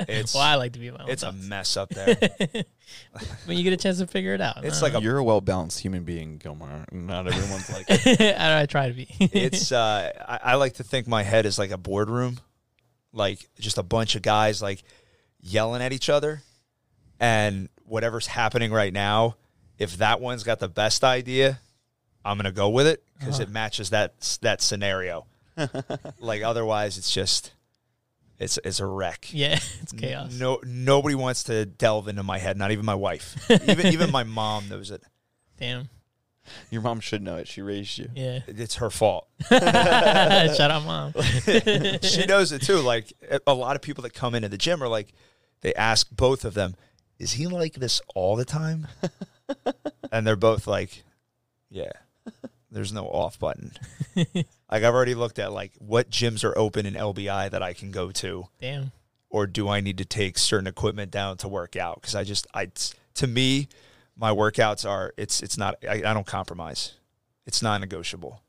It's,
well, I like to be with my own
it's a
thoughts.
mess up there.
when you get a chance to figure it out.
It's
I
like a
You're a well balanced human being, Gilmar. Not everyone's like
don't know. I, don't- I try to be.
it's uh, I, I like to think my head is like a boardroom, like just a bunch of guys like yelling at each other, and whatever's happening right now, if that one's got the best idea, I'm gonna go with it because
Uh-huh.
it matches that that scenario. like otherwise, it's just it's it's a wreck.
yeah, it's chaos.
No, nobody wants to delve into my head. Not even my wife. even even my mom knows it.
Damn.
your mom should know it. She raised you.
Yeah.
It's her fault.
Shout out, mom.
she knows it too. Like a lot of people that come into the gym are like, they ask both of them, "Is he like this all the time?" and they're both like, "Yeah, there's no off button." like I've already looked at like what gyms are open in LBI that I can go to,
Damn.
or do I need to take certain equipment down to work out? Because I just, I it's- to me, my workouts are it's it's not I, I don't compromise. It's non negotiable.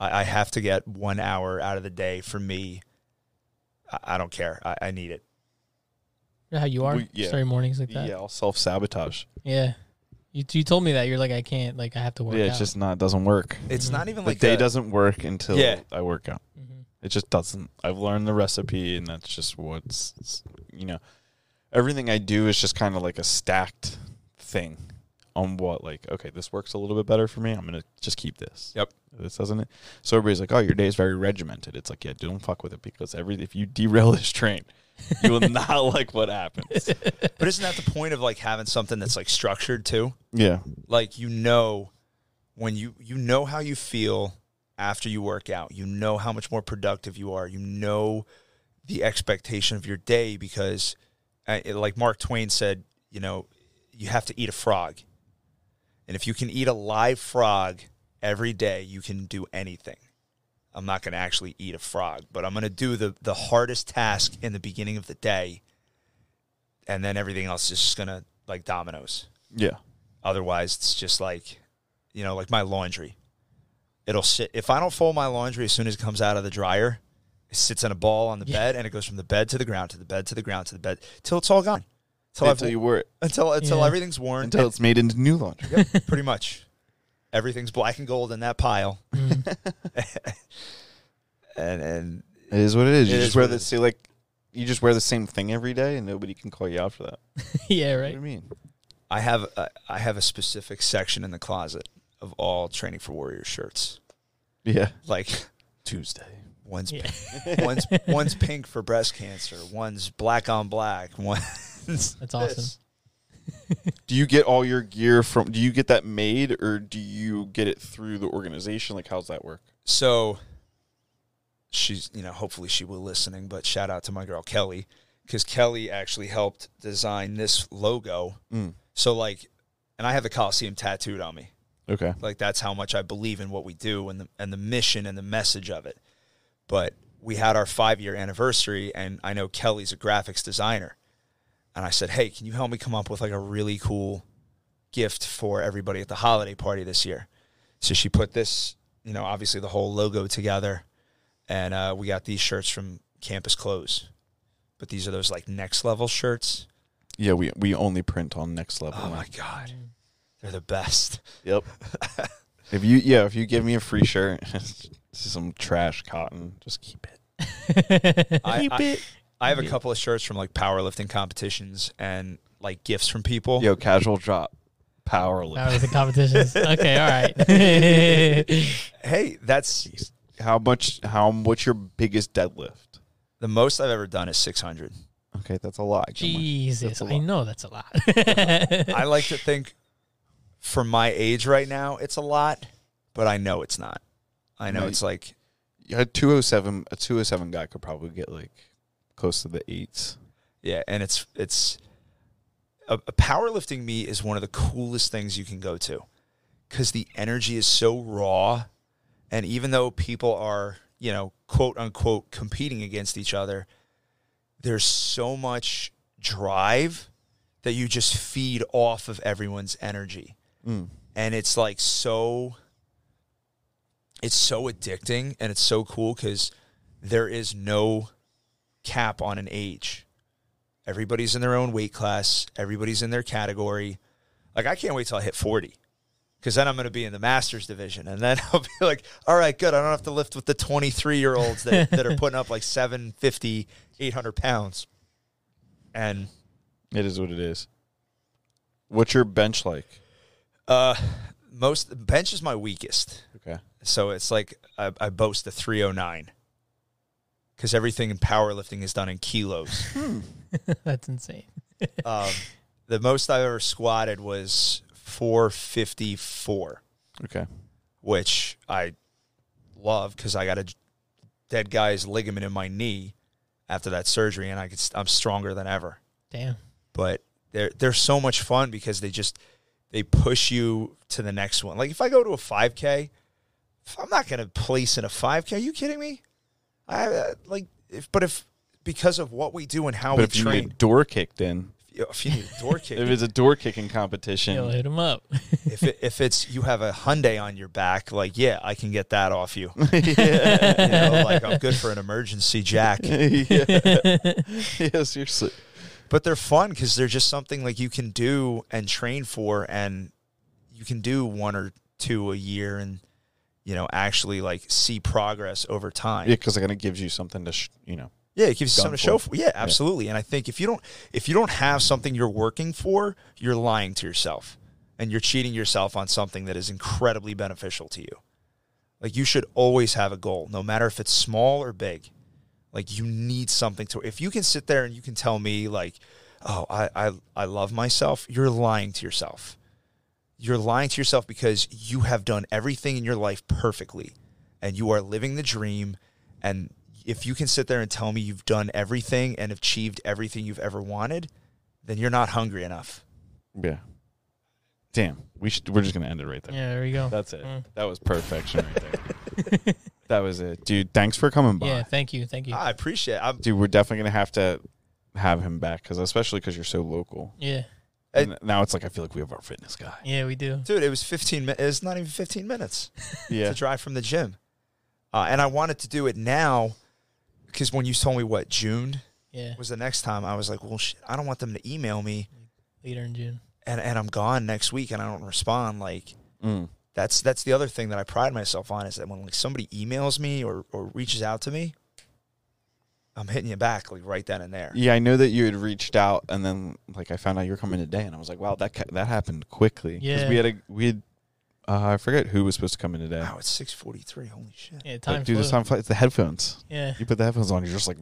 I, I have to get one hour out of the day for me. I, I don't care. I, I need it.
You know how you are?
We- yeah.
Starting mornings like that.
Yeah, I'll self sabotage.
Yeah. You, you told me that. You're like, I can't. Like, I have to work
Yeah,
out.
it's just not. It doesn't work.
It's
Mhm.
not even
The
like
day
a-
doesn't work until
Yeah.
I work out.
Mhm.
It just doesn't. I've learned the recipe, and that's just what's you know. Everything I do is just kind of like a stacked thing on what like okay, this works a little bit better for me. I'm gonna just keep this.
Yep.
This doesn't it. So everybody's like, oh, your day is very regimented. It's like yeah, don't fuck with it because every if you derail this train, you will not like what happens.
But isn't that the point of like having something that's like structured too?
Yeah.
like you know when you you know how you feel after you work out you know how much more productive you are you know the expectation of your day because uh, it- like mark twain said you know you have to eat a frog and if you can eat a live frog every day you can do anything i'm not going to actually eat a frog but i'm going to do the the hardest task in the beginning of the day and then everything else is just going to like dominoes
Yeah.
Otherwise, it's just like you know, like my laundry. It'll sit if I don't fold my laundry as soon as it comes out of the dryer, it sits in a ball on the
Yeah.
bed and it goes from the bed to the ground to the bed to the ground to the bed till it's all gone. Till I've,
until you wear it.
until until
Yeah.
everything's worn
Until it's made into new laundry.
Yep, pretty much. Everything's black and gold in that pile.
Mm.
and and
It is what it is.
It
you
is
just wear
what it
the
is.
see like you just wear the same thing every day and nobody can call you out for that.
yeah,
What do
right.
you mean?
I have a, I have a specific section in the closet of all training for warrior shirts.
Yeah.
Like
Tuesday.
one's
Yeah.
one's one's pink for breast cancer, one's black on black, one's
That's awesome.
this.
Do you get all your gear from do you get that made or do you get it through the organization? Like how's that work?
So she's, you know, hopefully she will listening, but shout out to my girl Kelly cuz Kelly actually helped design this logo.
Mm.
So like and I have the Coliseum tattooed on me.
Okay.
like that's how much I believe in what we do and the and the mission and the message of it. But we had our five year anniversary, and I know Kelly's a graphics designer, and I said, "Hey, can you help me come up with like a really cool gift for everybody at the holiday party this year?" So she put this, you know, obviously the whole logo together, and uh, we got these shirts from Campus Close, but these are those like next level shirts.
Yeah, we we only print on next level.
Oh my god, they're the best.
Yep. if you yeah, if you give me a free shirt, this is some trash cotton, just keep it.
I-
Keep
I-
it.
I have a
Yeah.
couple of shirts from like powerlifting competitions and like gifts from people.
Yo, casual drop. Power lift.
That was the competitions. Okay, all right.
Hey, that's
How much how what's your biggest deadlift?
the most I've ever done is 600.
Okay, that's a lot. Come on.
Jesus,
That's a
I
lot.
know that's a lot.
I like to think for my age right now, it's a lot, but I know it's not. I know
No,
it's like
A two oh seven a two oh seven guy could probably get like close to the eights.
yeah, and it's it's a, a powerlifting meet is one of the coolest things you can go to cuz the energy is so raw and even though people are, you know, quote unquote competing against each other, there's so much drive that you just feed off of everyone's energy.
Mm.
and it's like so it's so addicting and it's so cool because there is no cap on an age everybody's in their own weight class everybody's in their category like i can't wait till i hit 40 because then i'm going to be in the masters division and then i'll be like all right good i don't have to lift with the 23 year olds that, that are putting up like 750 800 pounds and
It is what it is. What's your bench like?
uh most bench is my weakest
Okay.
So it's like I, I boast the 309 because everything in powerlifting is done in kilos.
that's insane.
um, the most I've ever squatted was 454,
Okay.
which I love because I got a dead guy's ligament in my knee after that surgery, and I could, st- I'm stronger than ever.
Damn.
But they're they're so much fun because they just they push you to the next one. Like if I go to a 5K, if I'm not going to place in a 5K. Are you kidding me? I uh, like if, but if because of what we do and how
but
we
if you
train,
need door kicked in,
if you- if you need a door
if
kick,
it's a door kicking
Yo,
competition,
hit him up.
if it, if it's you have a Hyundai on your back, like yeah, I can get that off you. You know, like I'm good for an emergency jack.
yeah. yeah, seriously.
But they're fun because they're just something like you can do and train for, and you can do one or two a year, and you know actually like see progress over time.
Yeah, because it kind of gives you something to, sh- you know.
Yeah, it gives you
Gun
something
for.
to show for. Yeah, absolutely. And I think if you don't if you don't have something you're working for, you're lying to yourself and you're cheating yourself on something that is incredibly beneficial to you. Like you should always have a goal, no matter if it's small or big. Like you need something to if you can sit there and you can tell me like, "Oh, I I I love myself." You're lying to yourself. You're lying to yourself because you have done everything in your life perfectly and you are living the dream and if you can sit there and tell me you've done everything and achieved everything you've ever wanted, then you're not hungry enough.
Yeah. Damn. We should, we're just going to end it right there.
Yeah, there we go.
That's it.
Mm.
That was perfection right there. that was it. Dude, thanks for coming by.
Yeah, thank you, thank
Ah.
you.
I appreciate it. I'm,
Dude, we're definitely going to have to have him back, cause especially because you're so local.
Yeah,
And now it's like I feel like we have our fitness guy.
Yeah, we do.
Dude, it was 15 minutes. It's not even 15 minutes
Yeah.
to drive from the gym. Uh, and I wanted to do it now because when you told me what, June
Yeah,
was the next time, I was like, well, shit, I don't want them to email me
later in June.
and, and I'm gone next week and I don't respond. Like,
Mm.
that's that's the other thing that I pride myself on is that when like somebody emails me or, or reaches out to me, I'm hitting you back like right then and there.
Yeah, I know that you had reached out, and then like I found out you were coming today, and I was like, wow, that ca- that happened quickly. 'Cause
Yeah.
we had a we had uh, I forget who was supposed to come in today.
Wow, it's six forty three. Holy shit.
Yeah, time
Like, dude, the
flew.
time flies. It's the headphones.
Yeah,
You put the headphones on, you're just like.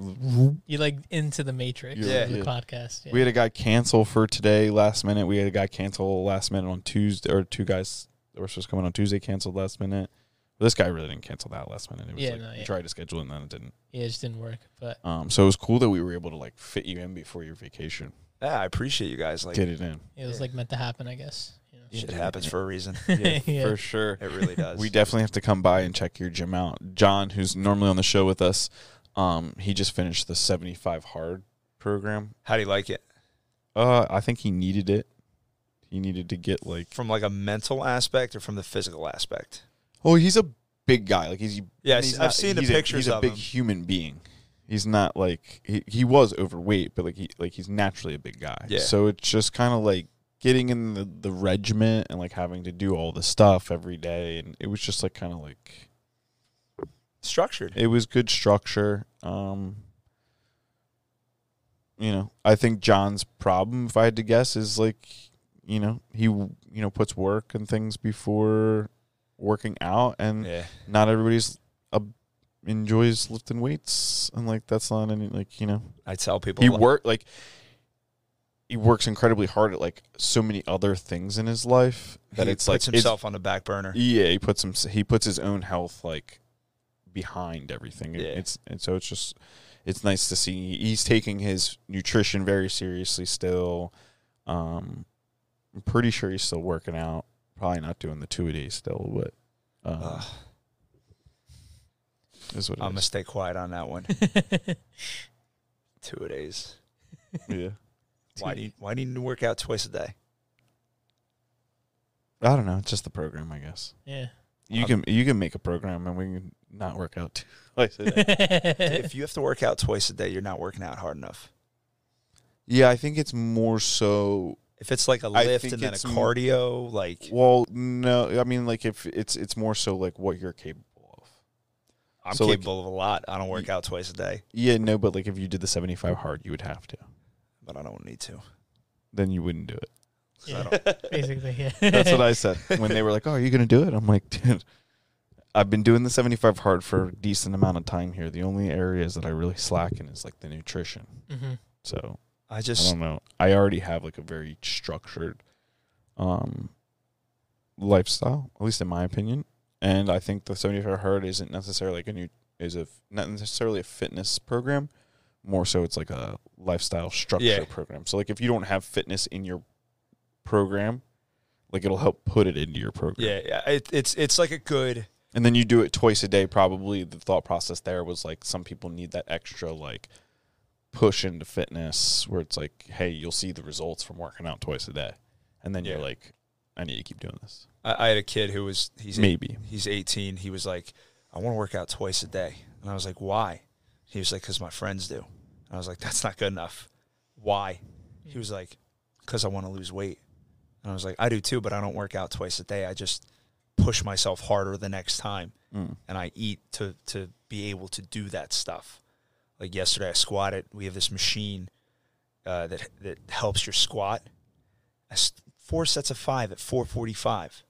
you like into the matrix.
Yeah.
of the
Yeah.
podcast. Yeah.
We had a guy cancel for today last minute. We had a guy cancel last minute on Tuesday, or two guys that were supposed to come in on Tuesday canceled last minute. But this guy really didn't cancel that last minute. It was
Yeah,
like
no,
we
yeah.
tried to schedule it and then it didn't.
yeah, it just didn't work. But
Um, so it was cool that we were able to like fit you in before your vacation,
Yeah, I appreciate you guys. Like
get it in.
it was
Yeah.
like meant to happen, I guess. You know?
shit happens for a reason.
Yeah,
for sure.
It really does.
We definitely have to come by and check your gym out. John, who's normally on the show with us, um, he just finished the 75 hard program.
How do you like it?
Uh, I think he needed it. He needed to get like
From like a mental aspect or from the physical aspect?
Oh, he's a big guy. Like he's. and
Yeah, I've
he's
s-
not-
I've seen the
he's a-
pictures
He's a
of
big
him.
human being. He's not like he, he was overweight, but like he like he's naturally a big guy.
Yeah.
So it's just kind of like getting in the, the regiment and like having to do all the stuff every day, and it was just like kind of like
Structured.
it was good structure. Um, you know, I think John's problem, if I had to guess, is like, you know, he you know puts work and things before working out, and
Yeah.
Mm-hmm. not everybody's uh, enjoys lifting weights and like that's not any like you know
I tell people
he
like,
work like he works incredibly hard at like so many other things in his life that
he
it's like
puts
it's-
himself on the back burner.
yeah he puts him he puts his own health like behind everything It-
Yeah.
it's and so it's just it's nice to see he's taking his nutrition very seriously still um I'm pretty sure he's still working out probably not doing the two a day still but um,
Ugh,
is what it
I'm gonna
is.
stay quiet on that one. Two a days.
yeah
Why do you why do you need to work out twice a day?
I don't know. It's just the program, I guess.
yeah.
You
Uh,
can you can make a program and we can not work out too. Like I said.
if you have to work out twice a day, you're not working out hard enough.
yeah, I think it's more so.
If it's like a
I
lift
think
and then a
it's m-
cardio, like
Well, no, I mean, like if it's it's more so like what you're capable of.
I'm
so, like-
capable of a lot. I don't work out twice a day,
Yeah, no, but like if you did the seventy five hard, you would have to.
but I don't need to.
Then you wouldn't do it.
Yeah, basically, yeah.
That's what I said when they were like, "Oh, are you gonna do it?" I'm like, "Dude, I've been doing the seventy five hard for a decent amount of time here. The only areas that I really slack in is like the nutrition.
hmm
So
I
I
just
don't know. I already have like a very structured um lifestyle, at least in my opinion. And I think the 75 hard isn't necessarily like a new is a not necessarily a fitness program, more so it's like a lifestyle structure
Yeah.
program. So like if you don't have fitness in your program, like it'll help put it into your program.
yeah, yeah. It, it's it's like a good
And then you do it twice a day probably. The thought process there was like some people need that extra like push into fitness where it's like, hey, you'll see the results from working out twice a day. And then you're
Yeah.
like, I need to keep doing this.
I, I had a kid who was he's eight,
Maybe.
he's 18. He was like, I want to work out twice a day, and I was like, why? He was like, because my friends do. And I was like, that's not good enough. Why? He was like, because I want to lose weight. And I was like, I do too, but I don't work out twice a day. I just push myself harder the next time,
Mm.
and I eat to to be able to do that stuff. Like yesterday, I squatted. We have this machine uh, that that helps your squat. I s- Four sets of five at four forty five.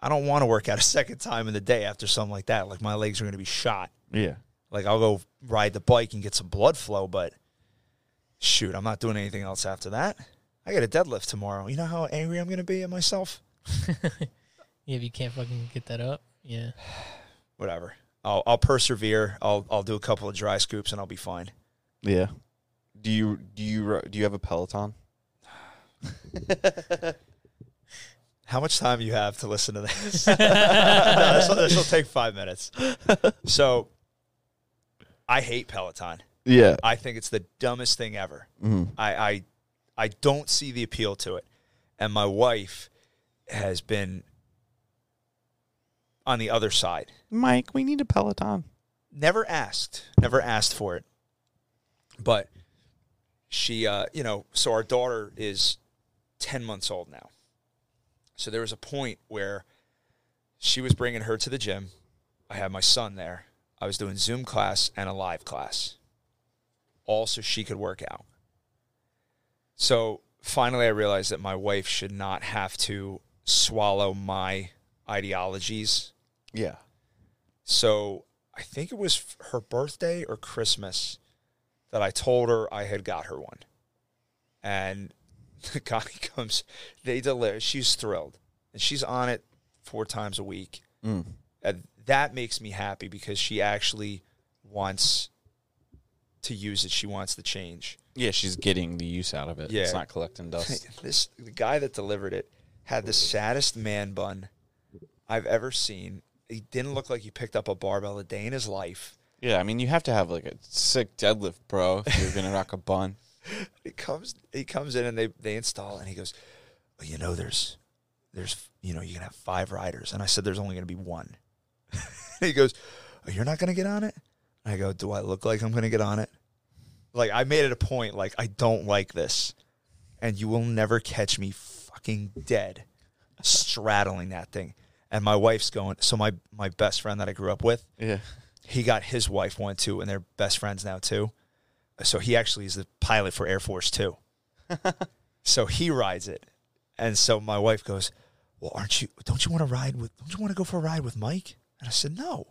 I don't want to work out a second time in the day after something like that. Like my legs are going to be shot.
Yeah.
Like I'll go ride the bike and get some blood flow, but shoot, I'm not doing anything else after that. I got a deadlift tomorrow. You know how angry I'm going to be at myself?
yeah, if you can't fucking get that up, yeah.
Whatever. I'll, I'll persevere. I'll, I'll do a couple of dry scoops and I'll be fine.
Yeah. Do you do you do you have a Peloton?
How much time you have to listen to this? no, this, will, this will take five minutes. So I hate Peloton.
Yeah.
I think it's the dumbest thing ever.
Mm.
I, I I don't see the appeal to it. And my wife has been on the other side.
Mike, we need a Peloton.
Never asked, never asked for it. But she, uh, you know, so our daughter is 10 months old now. So there was a point where she was bringing her to the gym. I had my son there. I was doing Zoom class and a live class, all so she could work out. So finally, I realized that my wife should not have to swallow my ideologies.
Yeah.
So I think it was f- her birthday or Christmas that I told her I had got her one. And the guy comes, they deliver. She's thrilled. And she's on it four times a week.
Mm.
And that makes me happy because she actually wants to use it. She wants the change.
Yeah, she's getting the use out of it.
Yeah.
It's not collecting dust.
This the guy that delivered it had the saddest man bun I've ever seen. He didn't look like he picked up a barbell a day in his life.
yeah, I mean, you have to have like a sick deadlift, bro, if you're going to rock a bun.
He comes he comes in and they they install it and he goes, "Oh, you know, there's there's you know, you can have five riders. And I said there's only gonna be one. he goes, oh, you're not gonna get on it? And I go, Do I look like I'm gonna get on it? Like I made it a point, like, I don't like this. And you will never catch me fucking dead straddling that thing. And my wife's going, so my my best friend that I grew up with,
Yeah.
he got his wife one too, and they're best friends now too. So he actually is the pilot for Air Force Two. so he rides it, and so my wife goes, "Well, aren't you? Don't you want to ride with? Don't you want to go for a ride with Mike?" And I said, "No."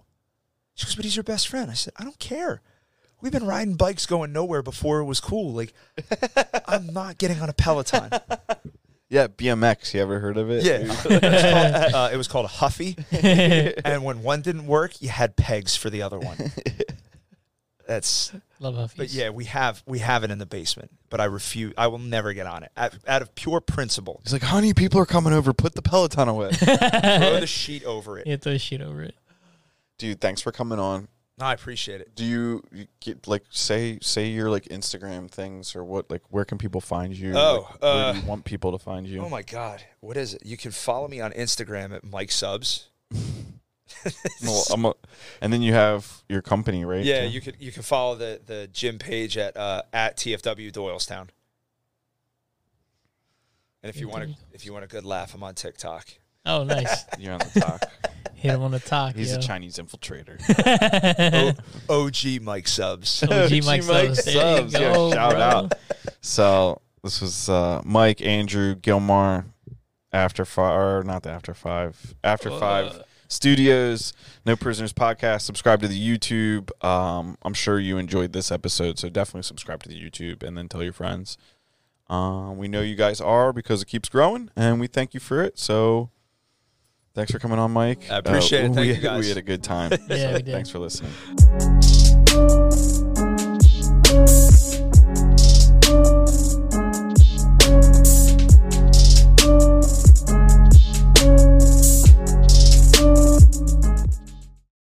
She goes, "But he's your best friend." I said, "I don't care. We've been riding bikes going nowhere before it was cool. Like, I'm not getting on a Peloton."
Yeah, BMX. You ever heard of it?
Yeah, it, was called, uh, it was called a Huffy, and when one didn't work, you had pegs for the other one. That's
Love Huffies.
but yeah, we have we have it in the basement, but I refuse. I will never get on it out, out of pure principle.
He's like, honey, people are coming over. Put the Peloton away.
Throw the sheet over it.
You have to throw a sheet over it.
Dude, thanks for coming on.
No, I appreciate it.
Do you you get like say say your like Instagram things or what? Like, where can people find you?
Oh,
Like, where do
uh,
you want people to find you?
Oh my god, what is it? You can follow me on Instagram at Mike Subs.
Well, I'm a- and then you have your company, right?
Yeah,
too?
you could you can follow the the gym page at uh, at TFW Doylestown. And if you want to, if you want a good laugh, I'm on TikTok.
Oh, nice.
you're on the talk.
Hit him on the top.
He's
yo.
a Chinese infiltrator.
O- OG Mike Subs.
OG Oh, Mike
G Mike
Subs. There you
Subs, yeah,
go,
shout
bro.
out. So this was uh, Mike, Andrew, Gilmar, After Five, or not the After Five, After
uh,
Five Studios, No Prisoners podcast. Subscribe to the YouTube. Um, I'm sure you enjoyed this episode, so definitely subscribe to the YouTube and then tell your friends. Uh, we know you guys are because it keeps growing, and we thank you for it. So. Thanks for coming on, Mike. Uh,
I appreciate it. Thank
we,
you, guys.
We had a good time.
Yeah,
So
we did.
Thanks for listening.